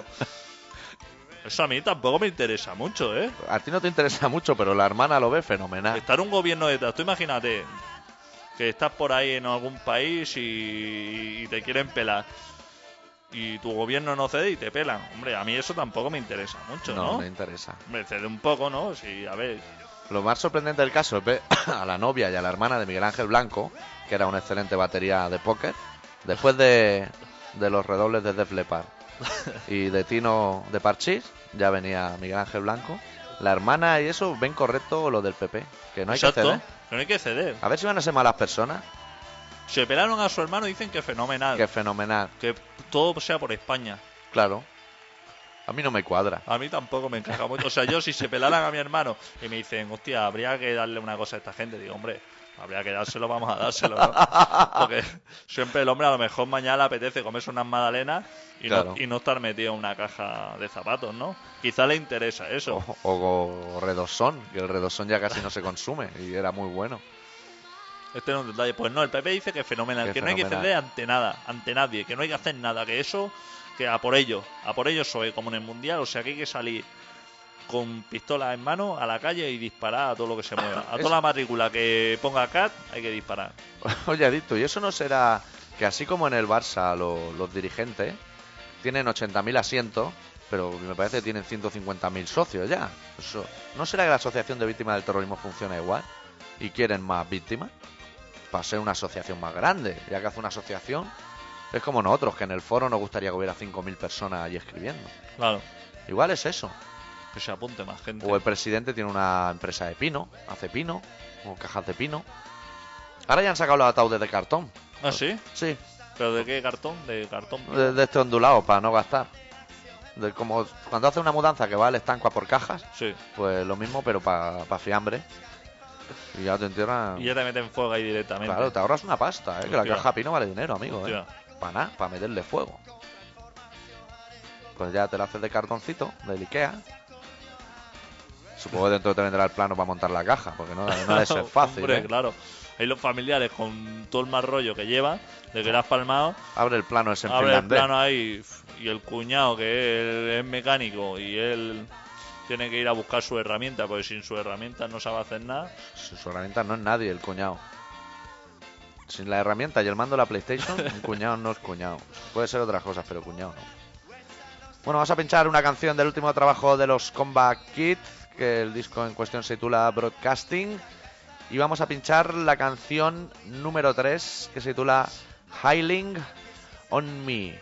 Eso a mí tampoco me interesa mucho, ¿eh? A ti no te interesa mucho, pero la hermana lo ve fenomenal. Estar un gobierno detrás, tú imagínate que estás por ahí en algún país y, y te quieren pelar. Y tu gobierno no cede y te pelan. Hombre, a mí eso tampoco me interesa mucho, ¿no? No, me interesa. Me cede un poco, ¿no? Sí, a ver. Lo más sorprendente del caso es ver <coughs> a la novia y a la hermana de Miguel Ángel Blanco, que era una excelente batería de póker, después de, de los redobles de Def Leppard y de Tino de Parchís, ya venía Miguel Ángel Blanco. La hermana y eso ven correcto lo del PP, que no hay exacto. que ceder. ¿eh? que no hay que ceder. A ver si van a ser malas personas, Se pelaron a su hermano y dicen que fenomenal. que fenomenal, Que todo sea por España. claro. A mí no me cuadra. A mí tampoco me encaja mucho. O sea, yo si se pelaran a mi hermano y me dicen, hostia, habría que darle una cosa a esta gente, digo, hombre, habría que dárselo, vamos a <laughs> dárselo, ¿no? Porque siempre el hombre a lo mejor mañana le apetece comerse unas magdalenas y, Claro. no, y no estar metido en una caja de zapatos, ¿no? Quizá le interesa eso. O, o- o redosón, que el redosón ya casi no se consume y era muy bueno. Este era un detalle. Pues no, el PP dice que es fenomenal, Que que, no hay que fenomenal. ceder ante nada, ante nadie, que no hay que hacer nada, que eso, que a por ello, a por ello soy como en el mundial, o sea que hay que salir con pistola en mano a la calle y disparar a todo lo que se mueva. A Es- toda la matrícula que ponga CAT hay que disparar. <laughs> Oye, Adicto, ¿y eso no será que así como en el Barça lo- los dirigentes tienen 80.000 asientos, pero me parece que tienen 150.000 socios ya. Eso- ¿No será que la Asociación de Víctimas del Terrorismo funciona igual? ¿Y quieren más víctimas? Para ser una asociación más grande, ya que hace una asociación, es como nosotros, que en el foro nos gustaría que hubiera 5.000 personas allí escribiendo. Claro, Igual es eso. que se apunte más gente. O el presidente tiene una empresa de pino, hace pino, o cajas de pino. Ahora ya han sacado los ataúdes de cartón. Ah, sí. Sí, ¿Pero de qué cartón? De cartón. de, de este ondulado, para no gastar. De- como cuando hace una mudanza que va al estanco a por cajas, Sí. pues lo mismo, pero para fiambre. Y ya te entierran. Y ya te meten fuego ahí directamente. Claro, te ahorras una pasta, ¿eh? que la Hostia. caja pino vale dinero, amigo. ¿eh? Hostia. Para nada, para meterle fuego. Pues ya te la haces de cartoncito, de Ikea. Supongo que dentro te vendrá el plano para montar la caja, porque no, no debe <laughs> ser fácil. Hombre, ¿eh? claro. Ahí los familiares con todo el mal rollo que lleva, de que le has palmado, Abre el plano ese en abre el finlandés. plano ahí y el cuñado que él es mecánico y él tiene que ir a buscar su herramienta, porque sin su herramienta no sabe hacer nada. Pues Su, su herramienta no es nadie, el cuñado. Sin la herramienta y el mando de la PlayStation, un cuñado no es cuñado. Puede ser otras cosas, pero cuñado no. Bueno, vamos a pinchar una canción del último trabajo de los Combat Kids, que el disco en cuestión se titula Broadcasting. Y vamos a pinchar la canción número 3, que se titula Healing on Me.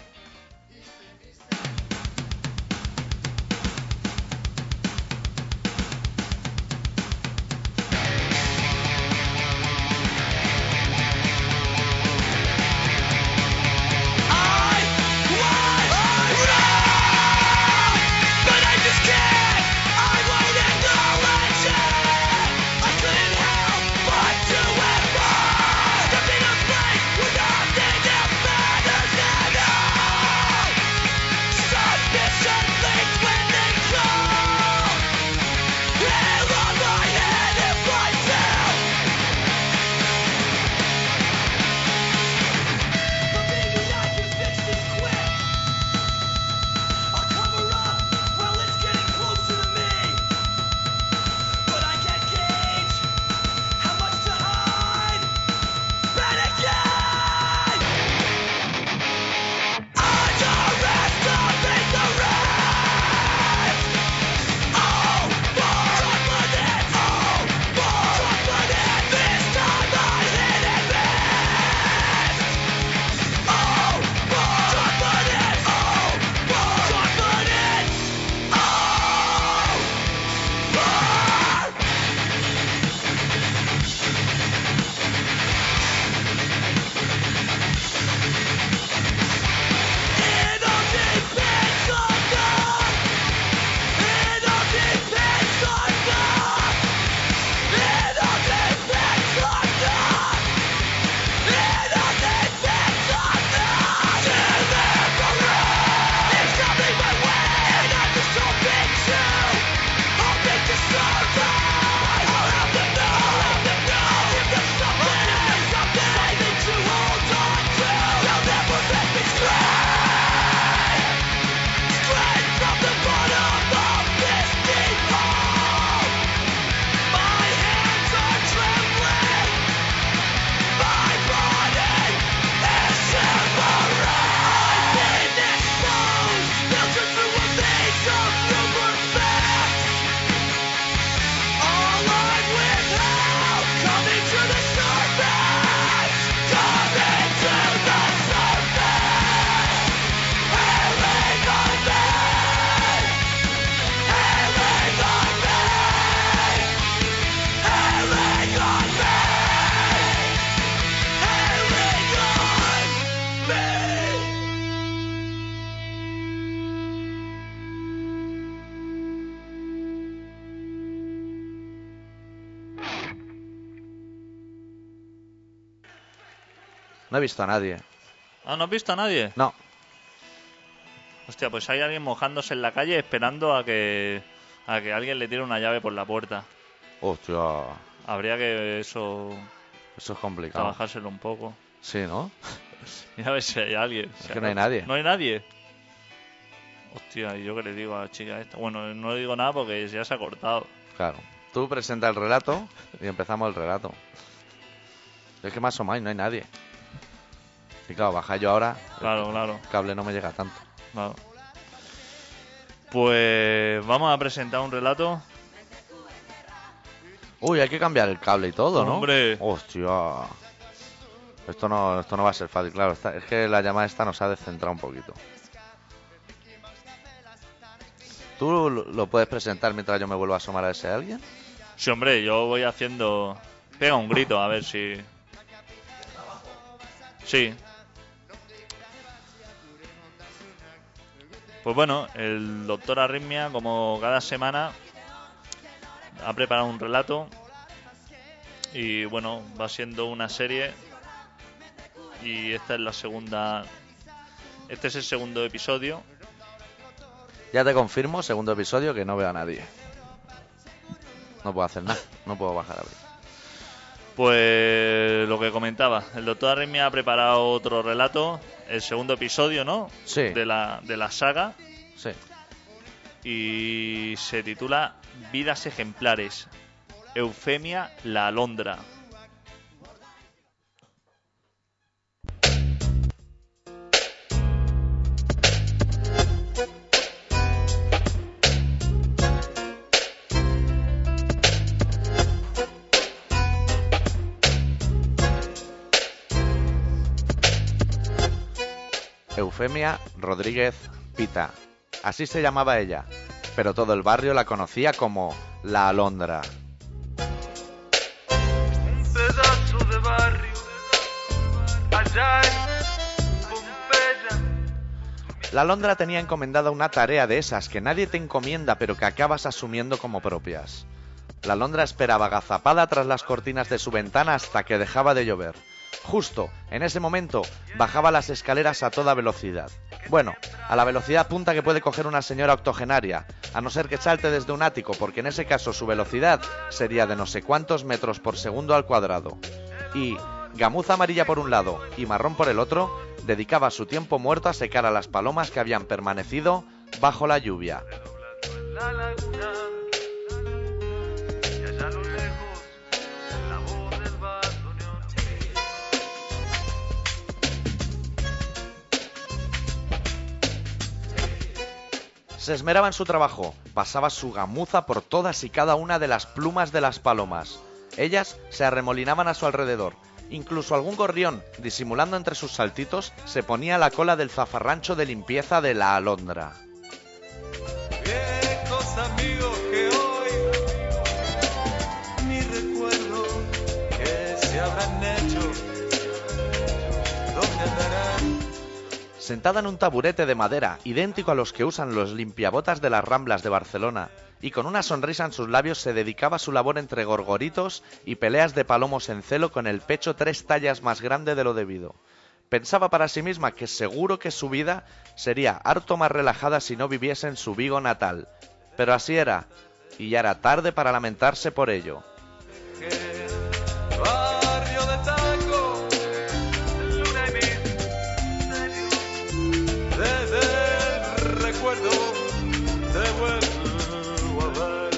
No he visto a nadie. Ah, ¿no has visto a nadie? No, Hostia, pues hay alguien mojándose en la calle esperando a que, a que alguien le tire una llave por la puerta. hostia, Habría que eso eso es complicado. trabajárselo un poco. <laughs> Sí, ¿no? Y a ver si hay alguien. Es que no hay nadie. No hay nadie. Hostia, ¿y yo qué le digo a la chica esta? Bueno, no le digo nada porque ya se ha cortado. Claro. Tú presenta el relato y empezamos el relato. Es que más o menos no hay nadie. Y claro, baja yo ahora. Claro, claro, El cable no me llega tanto. claro. Pues vamos a presentar un relato. Uy, hay que cambiar el cable y todo, ¿no? Hombre. Hostia. Esto no, esto no va a ser fácil, claro. está- es que la llamada esta nos ha descentrado un poquito. ¿Tú lo- lo puedes presentar mientras yo me vuelvo a asomar a ese alguien? Sí, hombre, yo voy haciendo. Pega un grito, a ver si. Sí. Pues bueno, el doctor Arritmia, como cada semana, ha preparado un relato. Y bueno, va siendo una serie. Y esta es la segunda. Este es el segundo episodio. Ya te confirmo, segundo episodio, que no veo a nadie. No puedo hacer nada, no puedo bajar a ver. Pues lo que comentaba, el doctor Arritmia ha preparado otro relato, el segundo episodio, ¿no? Sí. De la, de la saga Sí. y se titula Vidas ejemplares. Eufemia la alondra. Eufemia Rodríguez Pita. Así se llamaba ella, pero todo el barrio la conocía como la Alondra. un pedazo de barrio allá en Pompeya. La Alondra tenía encomendada una tarea de esas que nadie te encomienda pero que acabas asumiendo como propias. La Alondra esperaba agazapada tras las cortinas de su ventana hasta que dejaba de llover. Justo, en ese momento, bajaba las escaleras a toda velocidad. Bueno, a la velocidad punta que puede coger una señora octogenaria, a no ser que salte desde un ático, porque en ese caso su velocidad sería de no sé cuántos metros por segundo al cuadrado. Y, gamuza amarilla por un lado y marrón por el otro, dedicaba su tiempo muerto a secar a las palomas que habían permanecido bajo la lluvia. La laguna y allá a lo lejos la voz del bandoneón. Se esmeraba en su trabajo, pasaba su gamuza por todas y cada una de las plumas de las palomas. Ellas se arremolinaban a su alrededor. Incluso algún gorrión, disimulando entre sus saltitos, se ponía a la cola del zafarrancho de limpieza de la alondra. Viejos amigos que hoy ni recuerdo que se habrán hecho. ¿Dónde andarán? Sentada en un taburete de madera, idéntico a los que usan los limpiabotas de las Ramblas de Barcelona, y con una sonrisa en sus labios se dedicaba a su labor entre gorgoritos y peleas de palomos en celo con el pecho tres tallas más grande de lo debido. Pensaba para sí misma que seguro que su vida sería harto más relajada si no viviese en su Vigo natal. Pero así era, y ya era tarde para lamentarse por ello. Que barrio de taco, luna y misterio. Desde el recuerdo te vuelvo a ver.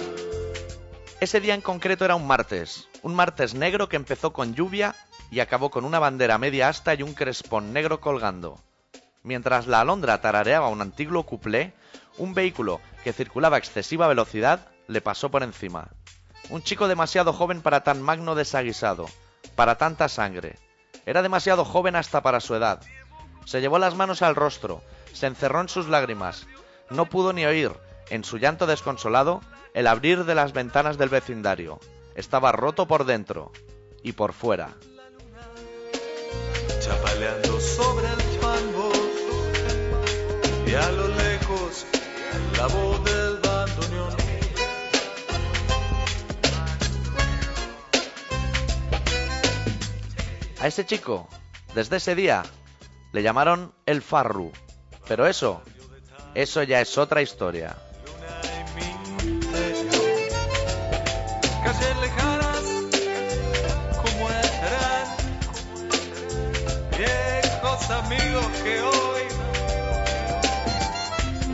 Ese día en concreto era un martes, un martes negro que empezó con lluvia y acabó con una bandera a media asta y un crespón negro colgando. Mientras la alondra tarareaba un antiguo cuplé, un vehículo que circulaba a excesiva velocidad le pasó por encima. Un chico demasiado joven para tan magno desaguisado, para tanta sangre. Era demasiado joven hasta para su edad. Se llevó las manos al rostro, se encerró en sus lágrimas. No pudo ni oír, en su llanto desconsolado, el abrir de las ventanas del vecindario. Estaba roto por dentro y por fuera. chapaleando sobre el fango y a lo lejos la voz del bandoneón. A ese chico, desde ese día, le llamaron el Farru. Pero eso, eso ya es otra historia. Calles lejanas, como estarán viejos amigos que hoy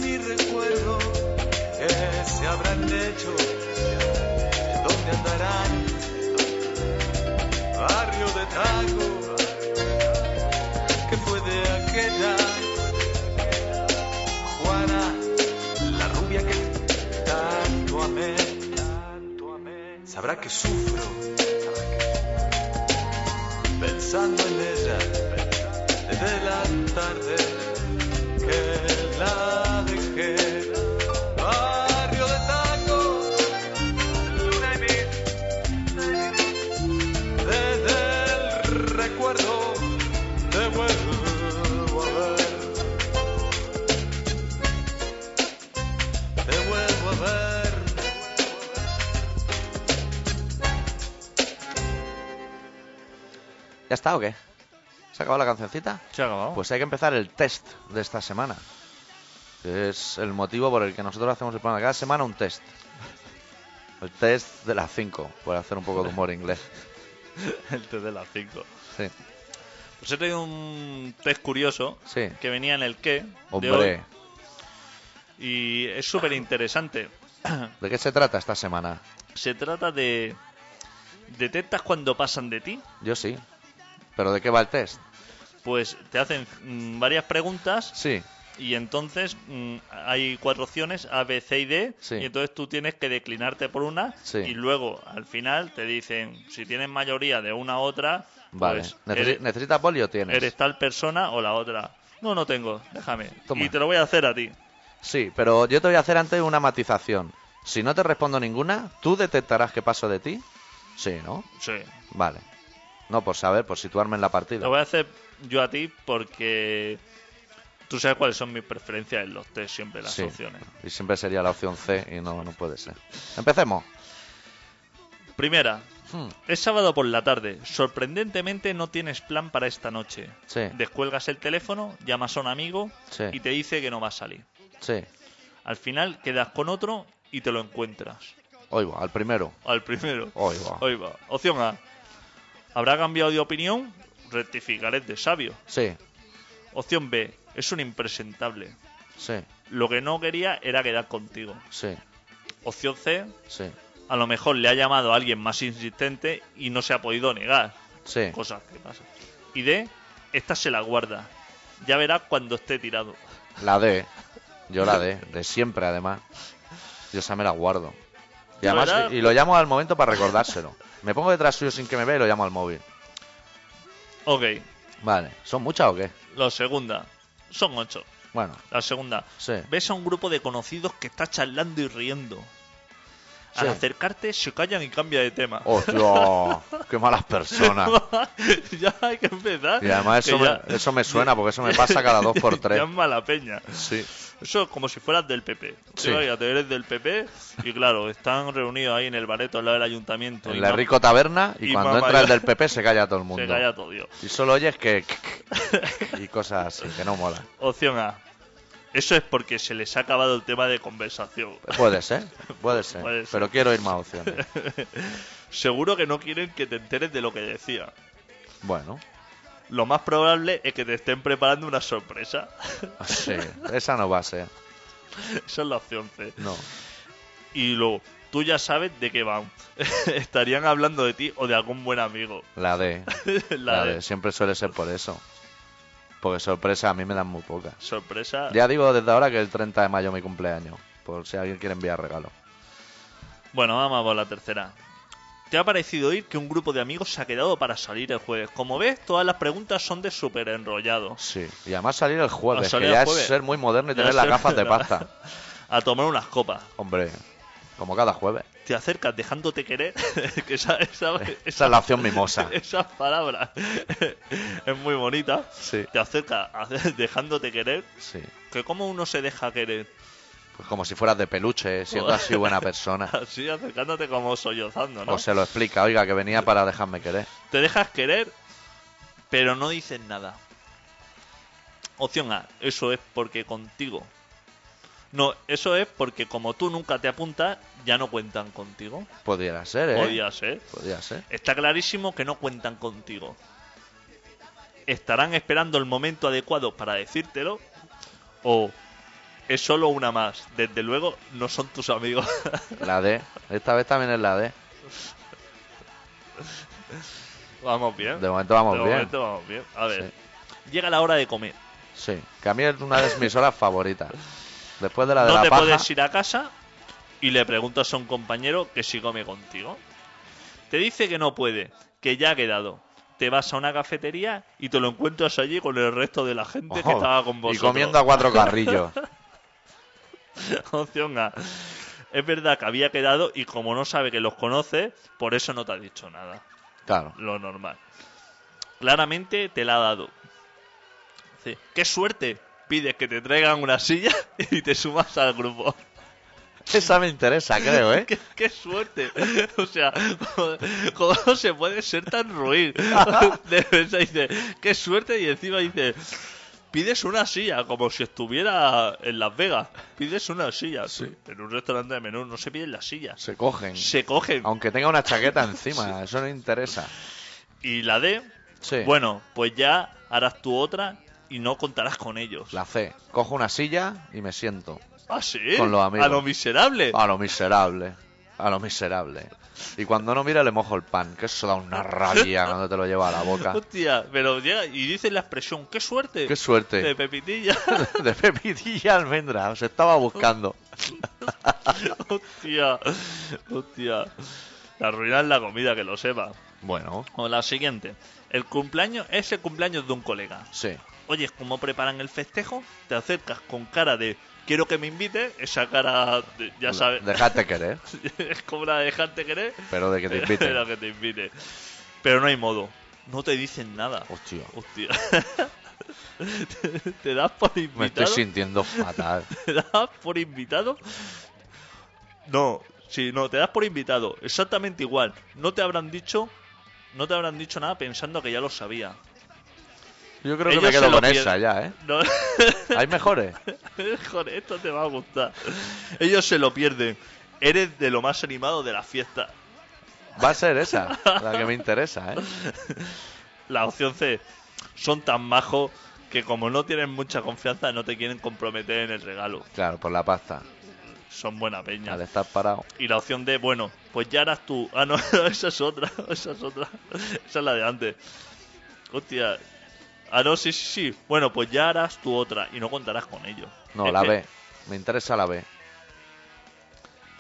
ni recuerdo que se habrán hecho, dónde andarán, barrio de taco, que fue de aquella Juana, la rubia sabrá que sufro. Pensando en ella, desde la tarde que la dejé. Barrio de tacos, luna y mil. Desde el recuerdo te vuelvo a ver. te vuelvo a ver. ¿Ya está o qué? ¿Se ha acabado la cancioncita? Se ha acabado. <laughs> Pues hay que empezar el test de esta semana. Que es el motivo por el que nosotros hacemos el programa. Cada semana un test. El test de las 5, por hacer un poco de humor inglés. el test este de las 5. Sí. Pues he traído un test curioso Sí. que venía en el que de hoy Hombre, y es súper interesante. ¿de qué se trata esta semana? <clears throat> Se trata de... ¿Detectas cuando pasan de ti? Yo sí. ¿Pero de qué va el test? Pues te hacen mm, varias preguntas Sí. Y entonces mm, hay cuatro opciones, A, B, C y D. Sí. Y entonces tú tienes que declinarte por una. Sí. Y luego, al final, te dicen, si tienes mayoría de una u otra, Vale. pues, Necesi- eres, ¿Necesitas boli o tienes? eres tal persona o la otra. No, no tengo, déjame. Toma. Y te lo voy a hacer a ti. Sí, pero yo te voy a hacer antes una matización. Si no te respondo ninguna, ¿tú detectarás que paso de ti? Sí, ¿no? Sí. Vale. No, por saber, por situarme en la partida. Lo voy a hacer yo a ti porque tú sabes cuáles son mis preferencias en los test, siempre las Sí. opciones. Y siempre sería la opción C y no, no puede ser. Empecemos. Primera, Hmm, Es sábado por la tarde. Sorprendentemente no tienes plan para esta noche. Sí. Descuelgas el teléfono, llamas a un amigo Sí. y te dice que no va a salir. sí. Al final quedas con otro y te lo encuentras. Oigo, al primero. Al primero. Ahí va. Ahí va. Opción A. ¿Habrá cambiado de opinión? Rectificaré de sabio. Sí, Opción B. Es un impresentable. sí, Lo que no quería era quedar contigo. sí, Opción C. sí, A lo mejor le ha llamado a alguien más insistente y no se ha podido negar. sí. cosas que pasan. Y D, esta se la guarda. Ya verás cuando esté tirado. La D. Yo la D. De siempre, además. Yo esa me la guardo. Y La además, verdad- y lo llamo al momento para recordárselo. Me pongo detrás suyo sin que me vea y lo llamo al móvil. Ok, Vale. ¿Son muchas o qué? la segunda. Son ocho. Bueno, La segunda. sí. Ves a un grupo de conocidos que está charlando y riendo. Al Sí. Oh, acercarte se callan y cambia de tema. ¡Hostia! ¡Qué malas personas! <laughs> ya hay que empezar. Y además que eso, ya- me, eso me suena porque eso me pasa cada dos por tres. <laughs> Ya es mala peña. Sí. Eso es como si fueras del PP. Sí. Sí. te eres del PP y claro, están reunidos ahí en el bareto al lado del ayuntamiento. y En la ma- rico taberna y, y cuando mamá entra el ya- del PP se calla todo el mundo. Se calla todo, Dios. Y solo oyes que... <laughs> y cosas así, que no mola. Opción A. Eso es porque se les ha acabado el tema de conversación. Puede ser, puede ser. Puede ser. Pero quiero ir más <laughs> opciones. Seguro que no quieren que te enteres de lo que decía. Bueno, Lo más probable es que te estén preparando una sorpresa. <laughs> sí, esa no va a ser. Esa es la opción C. No. Y luego, tú ya sabes de qué van. <laughs> Estarían hablando de ti o de algún buen amigo. <laughs> La D. La, la D. de Siempre suele ser por eso. Porque sorpresa a mí me dan muy pocas. sorpresa. Ya digo desde ahora que el 30 de mayo es mi cumpleaños. Por si alguien quiere enviar regalo. Bueno, vamos por la tercera. ¿Te ha parecido oír que un grupo de amigos se ha quedado para salir el jueves? Como ves, todas las preguntas son de súper enrollado. Sí. Y además salir el jueves, A salir que el ya jueves. es ser muy moderno y Ya <laughs> tener las sé, gafas de la- pasta. <laughs> A tomar unas copas. Hombre, como cada <laughs> jueves. te acercas dejándote querer, <laughs> que esa, esa, Esa es la opción mimosa. <laughs> Esas palabras <laughs> es muy bonita. Sí. Te acercas a- dejándote querer, Sí. que como uno se deja querer, <laughs> Pues como si fueras de peluche, siendo Joder. así buena <laughs> persona. así acercándote como sollozando, ¿no? O se lo explica, oiga, que venía para dejarme querer. Te dejas querer, pero no dices nada. Opción A, eso es porque contigo. No, eso es porque como tú nunca te apuntas, ya no cuentan contigo. Pudiera ser, ¿eh? Podía ser. Podía ser. Está clarísimo que no cuentan contigo. Estarán esperando el momento adecuado para decírtelo o es solo una más. Desde luego no son tus amigos. <laughs> La D. Esta vez también es la D. vamos bien. De momento vamos De bien. momento vamos bien. A ver. Llega la hora de comer. Sí. Que a mí es una de mis horas favoritas. Después de la de no la te paja. puedes ir a casa y le preguntas a un compañero que si come contigo. Te dice que no puede, que ya ha quedado. Te vas a una cafetería y te lo encuentras allí con el resto de la gente que Ojo, estaba con y vosotros. comiendo a cuatro <laughs> carrillos. Opción A. Es verdad que había quedado y como no sabe que los conoce, por eso no te ha dicho nada. Claro. Lo normal. Claramente te la ha dado. Dice, ¡Qué suerte! Pides que te traigan una silla <laughs> y te sumas al grupo. Esa me interesa, creo, ¿eh? <laughs> ¡Qué, qué suerte! O sea, joder, ¿cómo se puede ser <laughs> tan ruin? De verdad, dice, ¡qué suerte! Y encima dice, pides una silla, como si estuviera en Las Vegas. Pides una silla. En un restaurante de menú no se piden las sillas. Se cogen. Se cogen. Aunque tenga una <laughs> chaqueta encima, eso no interesa. Y la D, Sí. Bueno, pues ya harás tú otra y no contarás con ellos. La C. Cojo una silla y me siento. ¿Ah, sí? Con los amigos. A lo miserable. A lo miserable. A lo miserable. Y cuando no mira, le mojo el pan. Que eso da una rabia cuando te lo lleva a la boca. Hostia, pero llega y dice la expresión, qué suerte. Qué suerte. De Pepitilla. <laughs> De pepitilla almendra. Os estaba buscando. <laughs> hostia, hostia. Te arruinas la comida, que lo sepa. Bueno, O la siguiente. El cumpleaños es el cumpleaños de un colega. sí. Oye, ¿cómo preparan el festejo? Te acercas con cara de quiero que me invite. Esa cara, de- ya sabes. Dejate querer. <laughs> es como la de dejarte querer. Pero de que te inviten. <laughs> Era que te invite. Pero no hay modo. No te dicen nada. Hostia. Hostia. <laughs> te, te das por Me invitado. estoy sintiendo fatal. Te das por invitado. No, sí, no, te das por invitado. Exactamente igual. No te habrán dicho. No te habrán dicho nada pensando que ya lo sabía. Yo creo que Ellos me se quedo lo con pierden. esa ya, ¿eh? No. <laughs> ¿Hay mejores? Joder, esto te va a gustar. Ellos se lo pierden. Eres de lo más animado de la fiesta. Va a ser esa la que me interesa, ¿eh? La opción C. Son tan majos que como no tienen mucha confianza no te quieren comprometer en el regalo. Claro, por la pasta. Son buena peña. Al estar parado. Y la opción D, bueno, pues ya harás tú. Ah, no, <laughs> esa es otra, esa es otra. Esa es la de antes. Hostia. Ah, no, sí, sí, sí. Bueno, pues ya harás tú otra y no contarás con ello. No, Es la que B. Me interesa la B.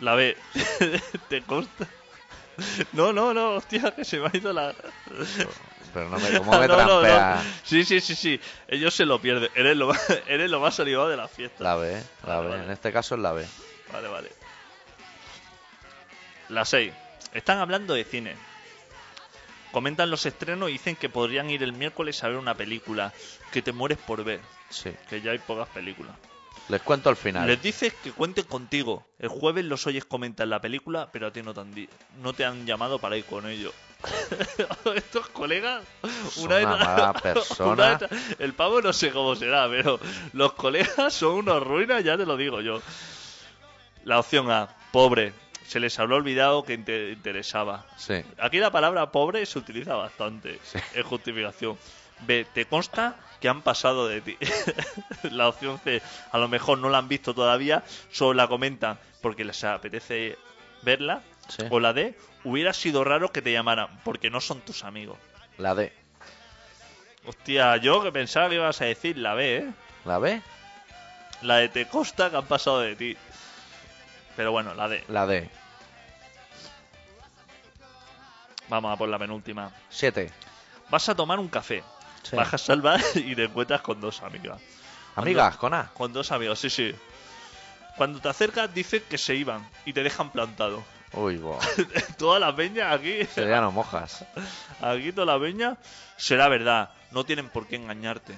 La B. <laughs> ¿Te consta? No, no, no, hostia, que se me ha ido la... Pero no me, ¿cómo me <laughs> No, no, no. trampea? Sí, sí, sí, sí. Ellos se lo pierden. Eres lo, más- <laughs> eres lo más animado de la fiesta. La B, la Vale, B. vale. En este caso es la B. Vale, vale. La 6. Están hablando de cine. Comentan los estrenos y dicen que podrían ir el miércoles a ver una película que te mueres por ver, Sí. que ya hay pocas películas. Les cuento al final. Les dices que cuenten contigo. El jueves los oyes comentar la película, pero a ti no te han, di- no te han llamado para ir con ellos. <laughs> Estos colegas, Son una tra- <laughs> mala persona. tra- el pavo no sé cómo será, pero los colegas son unos ruinas, ya te lo digo yo. La opción A, pobre. Se les habrá olvidado que te interesaba. Sí. Aquí la palabra pobre se utiliza bastante Sí. en justificación. B, te consta que han pasado de ti. <laughs> la opción C, a lo mejor no la han visto todavía, solo la comentan porque les apetece verla. Sí. O la D, hubiera sido raro que te llamaran porque no son tus amigos. La D. Hostia, yo que pensaba que ibas a decir la B, ¿eh? ¿La B? La de te consta que han pasado de ti. Pero bueno, la D. La D. Vamos a por la penúltima. 7. Vas a tomar un café. Sí. Bajas al bar <laughs> y te encuentras con dos amigas. Amigas, con A. Con dos amigos, sí, sí. Cuando te acercas, dices que se iban y te dejan plantado. <laughs> Uy, bo. toda la peña aquí, Se ya no mojas. aquí toda la peña, será verdad. No tienen por qué engañarte.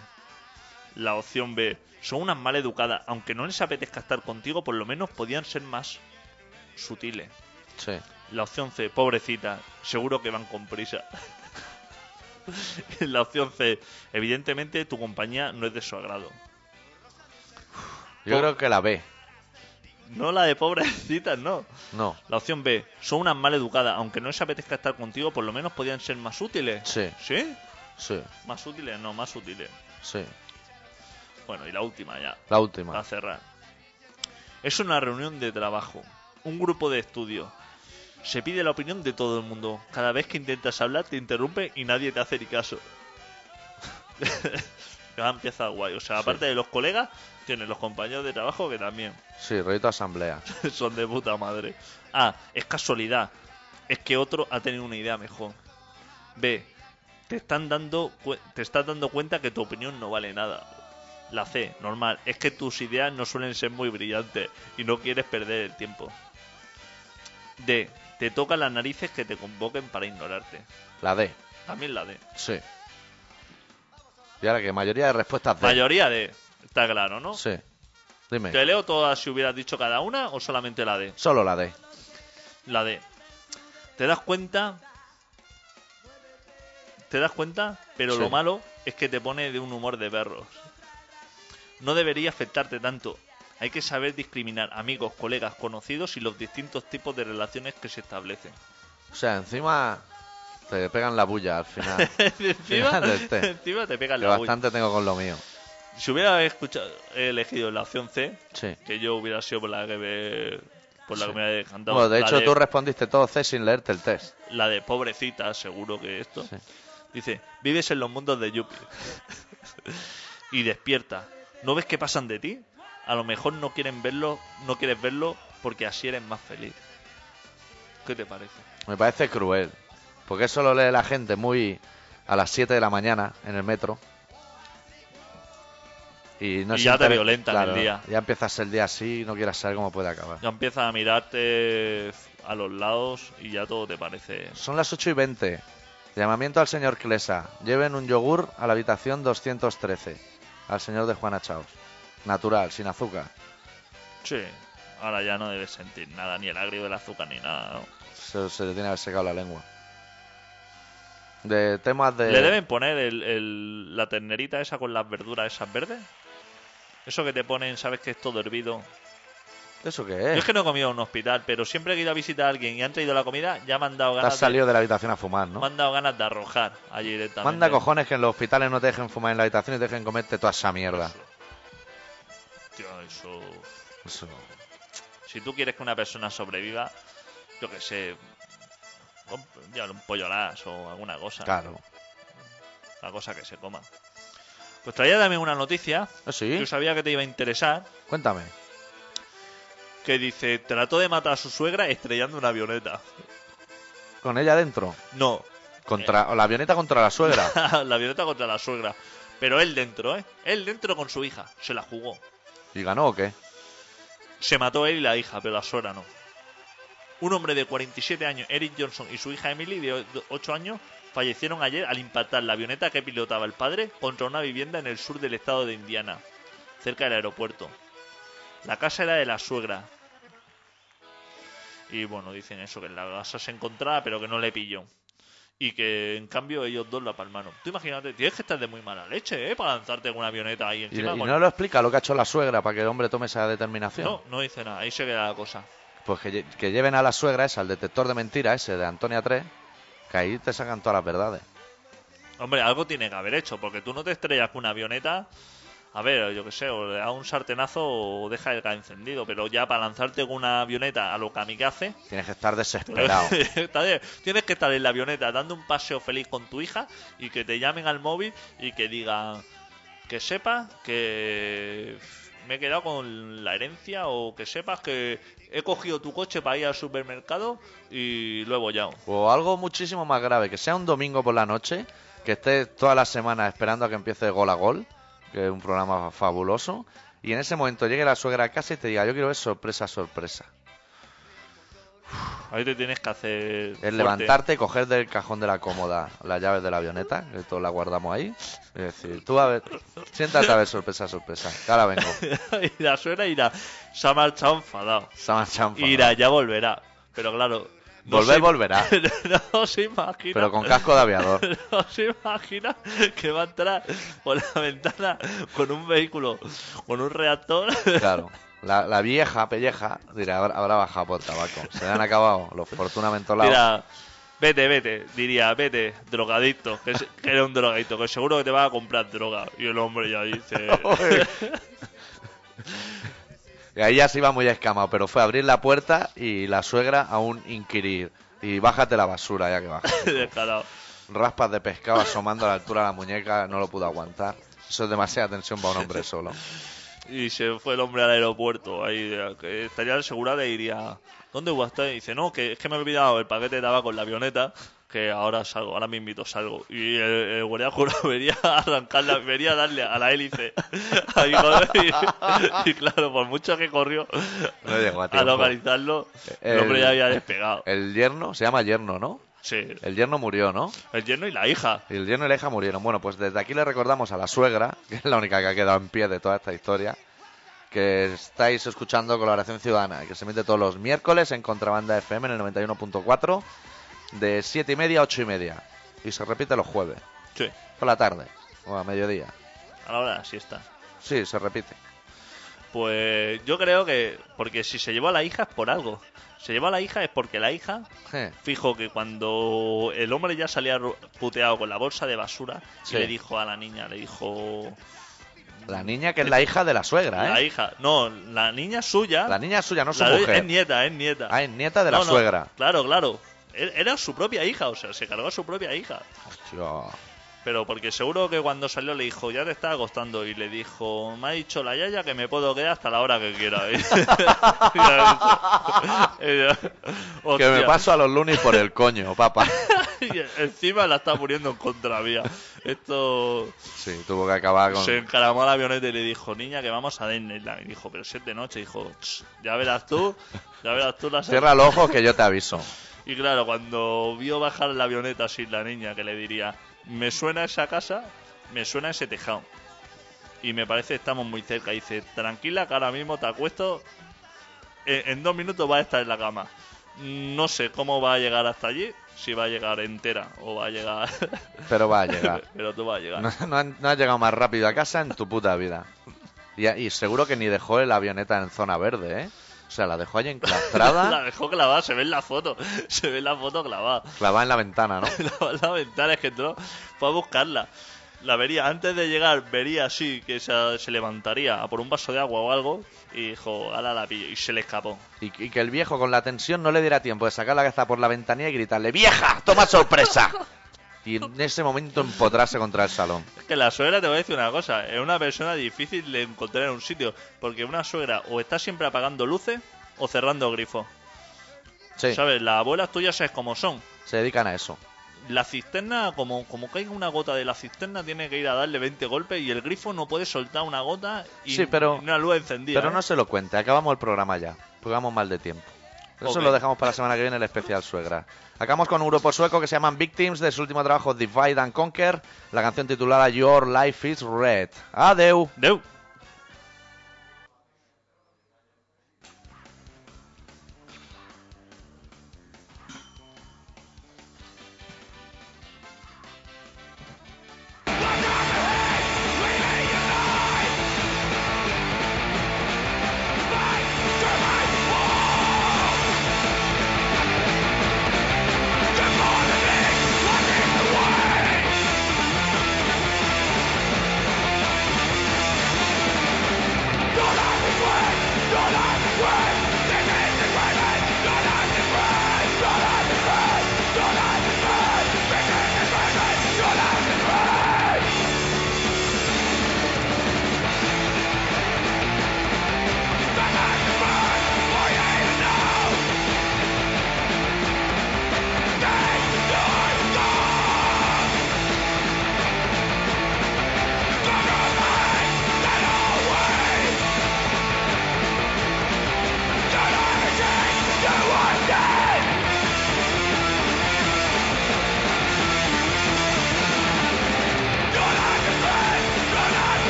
La opción B. Son unas mal educadas. Aunque no les apetezca estar contigo, por lo menos podían ser más sutiles. Sí. La opción C, pobrecita, seguro que van con prisa. <laughs> La opción C, evidentemente tu compañía no es de su agrado. Yo creo que la B. No la de pobrecita, no. No. La opción B, son unas mal educadas, aunque no les apetezca estar contigo, por lo menos podían ser más útiles. Sí. ¿Sí? Sí. Más útiles, no, más útiles. Sí. Bueno, y la última ya, La para última. cerrar. Es una reunión de trabajo, un grupo de estudio. Se pide la opinión de todo el mundo. Cada vez que intentas hablar te interrumpe y nadie te hace ni caso. <laughs> Ya empieza guay. O sea, aparte de los colegas, tienes los compañeros de trabajo que también <laughs> Sí, reto asamblea. son de puta madre. Ah, es casualidad. es que otro ha tenido una idea mejor. B, te están dando cu- te estás dando cuenta que tu opinión no vale nada. La C, normal, es que tus ideas no suelen ser muy brillantes y no quieres perder el tiempo. D, te toca las narices que te convoquen para ignorarte. La D, También la D. sí. Y ahora que mayoría de respuestas D. Mayoría D, está claro, ¿no? Sí. Dime. ¿Te leo todas si hubieras dicho cada una o solamente la D? Solo la D. La D. ¿Te das cuenta? ¿Te das cuenta? Pero Sí. lo malo es que te pone de un humor de perros. No debería afectarte tanto. Hay que saber discriminar amigos, colegas, conocidos y los distintos tipos de relaciones que se establecen. <laughs> O sea, encima te pegan la bulla al <laughs> final. encima, Fíjate este. encima te pegan que la bulla. bastante tengo con lo mío. Si hubiera escuchado, elegido la opción C, Sí. que yo hubiera sido por la que me, por la Sí. que me había decantado. Bueno, de la hecho, tú respondiste todo C sin leerte el test. la de pobrecita, seguro que esto. Sí. Dice, vives en los mundos de Yuppie. <laughs> y despierta. ¿No ves que pasan de ti? A lo mejor no quieren verlo, no quieres verlo porque así eres más feliz. ¿Qué te parece? Me parece cruel. Porque eso lo lee la gente muy a las 7 de la mañana en el metro. Y, no Y se ya te entera- violentan el día. Ya empiezas el día así y no quieras saber cómo puede acabar. Ya empiezas a mirarte a los lados y ya todo te parece. Son las 8 y 20. Llamamiento al señor Clesa. Lleven un yogur a la habitación 213. Al señor de Juana Chaos. Natural, sin azúcar. Sí. Ahora ya no debes sentir nada, ni el agrio del azúcar ni nada. ¿no? Se, se le tiene que haber secado la lengua. De temas de. ¿Le deben poner el- el- la ternerita esa con las verduras esas verdes? Eso que te ponen, sabes que es todo hervido, ¿Eso qué Yo es? es que no he comido en un hospital, pero siempre que he ido a visitar a alguien y han traído la comida, ya me han dado Te has ganas, de, salido de la habitación a fumar, me ¿no? han dado ganas de arrojar allí directamente. Manda cojones que en los hospitales no te dejen fumar en la habitación y te dejen comerte toda esa mierda. Tío, eso... Eso. Si tú quieres que una persona sobreviva, yo que sé, com- ya un pollorás o alguna cosa, Claro. una cosa que se coma. Pues traía también una noticia, ¿Ah, que ¿Sí? yo sabía que te iba a interesar, Cuéntame. que dice, trató de matar a su suegra estrellando una avioneta. Con ella dentro. No, <laughs> Eh. Contra, o La avioneta contra la suegra. la avioneta contra la suegra. Pero él dentro, ¿eh? Él dentro con su hija. Se la jugó. ¿Y ganó o qué? Se mató él y la hija, pero la suegra no. Un hombre de 47 años, Eric Johnson, y su hija Emily, de 8 años, fallecieron ayer al impactar la avioneta que pilotaba el padre contra una vivienda en el sur del estado de Indiana, cerca del aeropuerto. La casa era de la suegra. Y bueno, dicen eso, que en la casa se encontraba, pero que no le pilló. Y que en cambio ellos dos la palmaron. Tú imagínate, tienes que estar de muy mala leche, ¿eh? Para lanzarte con una avioneta ahí Y, encima. y con- no lo explica lo que ha hecho la suegra para que el hombre tome esa determinación. no, no dice nada, ahí se queda la cosa. Pues que, lle- que lleven a la suegra esa, al detector de mentiras ese de Antonia 3, que ahí te sacan todas las verdades. Hombre, algo tiene que haber hecho, porque tú no te estrellas con una avioneta. A ver, yo qué sé, o le das un sartenazo o deja el gas encendido, pero ya para lanzarte con una avioneta a lo kamikaze. pues, Tienes que estar desesperado. <laughs> está bien. Tienes que estar en la avioneta dando un paseo feliz con tu hija y que te llamen al móvil y que digan que sepas que me he quedado con la herencia o que sepas que he cogido tu coche para ir al supermercado y lo he bollado. o algo muchísimo más grave, que sea un domingo por la noche, que estés toda la semana esperando a que empiece Gol a Gol, que es un programa fabuloso, y en ese momento llegue la suegra a casa y te diga, yo quiero ver sorpresa, sorpresa. Ahí te tienes que hacer. Es fuerte. levantarte, coger del cajón de la cómoda las llaves de la avioneta, que todos la guardamos ahí, y decir, tú a ver, siéntate a ver sorpresa, sorpresa, que ahora vengo. <laughs> y la suena y la se ha marchado enfadado. Se me ha chanfado. Irá, ya volverá. Pero claro. <laughs> Volver, se- volverá. no se imagina. Pero con casco de aviador. <laughs> No se imagina que va a entrar por la ventana con un vehículo, con <laughs> un reactor. Claro. La, la vieja pelleja dirá, habrá, habrá bajado por tabaco. Se le han acabado los Fortuna mentolados. Dirá, vete, vete. Diría, vete, drogadicto. Que, se- que eres un drogadicto, que seguro que te vas a comprar droga. Y el hombre <laughs> ya dice. Y ahí ya se iba muy escamado, pero fue a abrir la puerta y la suegra aún inquirir. Y bájate la basura ya que bajas. <laughs> Descarado. Raspas de pescado asomando a la altura de la muñeca, no lo pudo aguantar. Eso es demasiada tensión para un hombre solo. Y se fue el hombre al aeropuerto. Ahí eh, que estaría asegurada y diría: ¿dónde guastaste? Y dice, no, que es que me he olvidado el paquete de tabaco en la avioneta, que ahora salgo, ahora me invito, salgo. Y el, el guardia jurado <laughs> venía a arrancarla, venía a darle a la hélice. <laughs> Ahí, joder, y, y claro, por mucho que corrió No llegó a a tiempo. localizarlo, el, El- hombre ya había despegado. El yerno, se llama yerno, ¿no? Sí, El yerno murió, ¿no? el yerno y la hija. Y el yerno y la hija murieron. Bueno, pues desde aquí le recordamos a la suegra, <laughs> que es la única que ha quedado en pie de toda esta historia, que estáis escuchando Colaboración Ciudadana, que se emite todos los miércoles en Contrabanda FM en el 91.4, de 7 y media a 8 y media. Y se repite los jueves, Sí, por la tarde, o a mediodía. a la hora de la siesta. Sí, se repite. Pues yo creo que, porque si se llevó a la hija es por algo. Se llevó a la hija es porque la hija, Je. fijo que cuando el hombre ya salía ru- puteado con la bolsa de basura, Sí. y le dijo a la niña, le dijo... La niña que es la hija de la suegra, La ¿eh? hija, no, la niña suya... La niña es suya, no su la- mujer. Es nieta, es nieta. Ah, es nieta de No, la no, suegra. Claro, claro. E- Era su propia hija, o sea, se cargó a su propia hija. Hostia. Pero porque seguro que cuando salió le dijo, ya te está acostando. Y le dijo, me ha dicho la yaya que me puedo quedar hasta la hora que quiera. <laughs> Y- y- Que me Hostia. paso a los lunes por el coño, papá. <laughs> Y encima la está poniendo en contravía. Esto Sí, tuvo que acabar con... se encaramó a la avioneta y le dijo, niña, que vamos a Disneyland. Y dijo, pero si es de noche. Y dijo, "Ch, ya verás tú, ya verás tú <laughs> la Cierra los ojos que yo te aviso. Y claro, cuando vio bajar la avioneta así la niña que le diría, me suena esa casa, me suena ese tejado. Y me parece que estamos muy cerca. Y dice, tranquila que ahora mismo te acuesto, en, en dos minutos vas a estar en la cama. No sé cómo va a llegar hasta allí, si va a llegar entera o va a llegar... Pero va a llegar. <laughs> Pero tú vas a llegar. No, no han- no has llegado más rápido a casa en tu puta vida. Y, y seguro que ni dejó la avioneta en zona verde, ¿eh? O sea, la dejó ahí <laughs> La enclastrada, dejó clavada, se ve en la foto, <laughs> se ve en la foto clavada. <laughs> clavada en la ventana, ¿no? la, la ventana es que entró fue a buscarla. La vería, antes de llegar, vería así que se, se levantaría a por un vaso de agua o algo y dijo, ala la pillo, y se le escapó. Y, y que el viejo con la tensión no le diera tiempo de sacar la cabeza por la ventanilla y gritarle ¡Vieja! ¡Toma sorpresa! Y en ese momento empotrarse contra el salón. Es que la suegra, te voy a decir una cosa, es una persona difícil de encontrar en un sitio, porque una suegra o está siempre apagando luces o cerrando grifos. Sí, ¿Sabes? Las abuelas tuyas sabes cómo son. se dedican a eso. La cisterna, como, como caiga una gota de la cisterna, tiene que ir a darle 20 golpes y el grifo no puede soltar una gota y Sí, pero- una luz encendida. Pero ¿eh? no se lo cuente, acabamos el programa ya. Jugamos mal de tiempo. Eso Ok. lo dejamos para la semana que viene, el especial suegra. Acabamos con un grupo sueco que se llaman Victims, de su último trabajo Divide and Conquer, la canción titulada Your Life is Red. Adeu. Deu.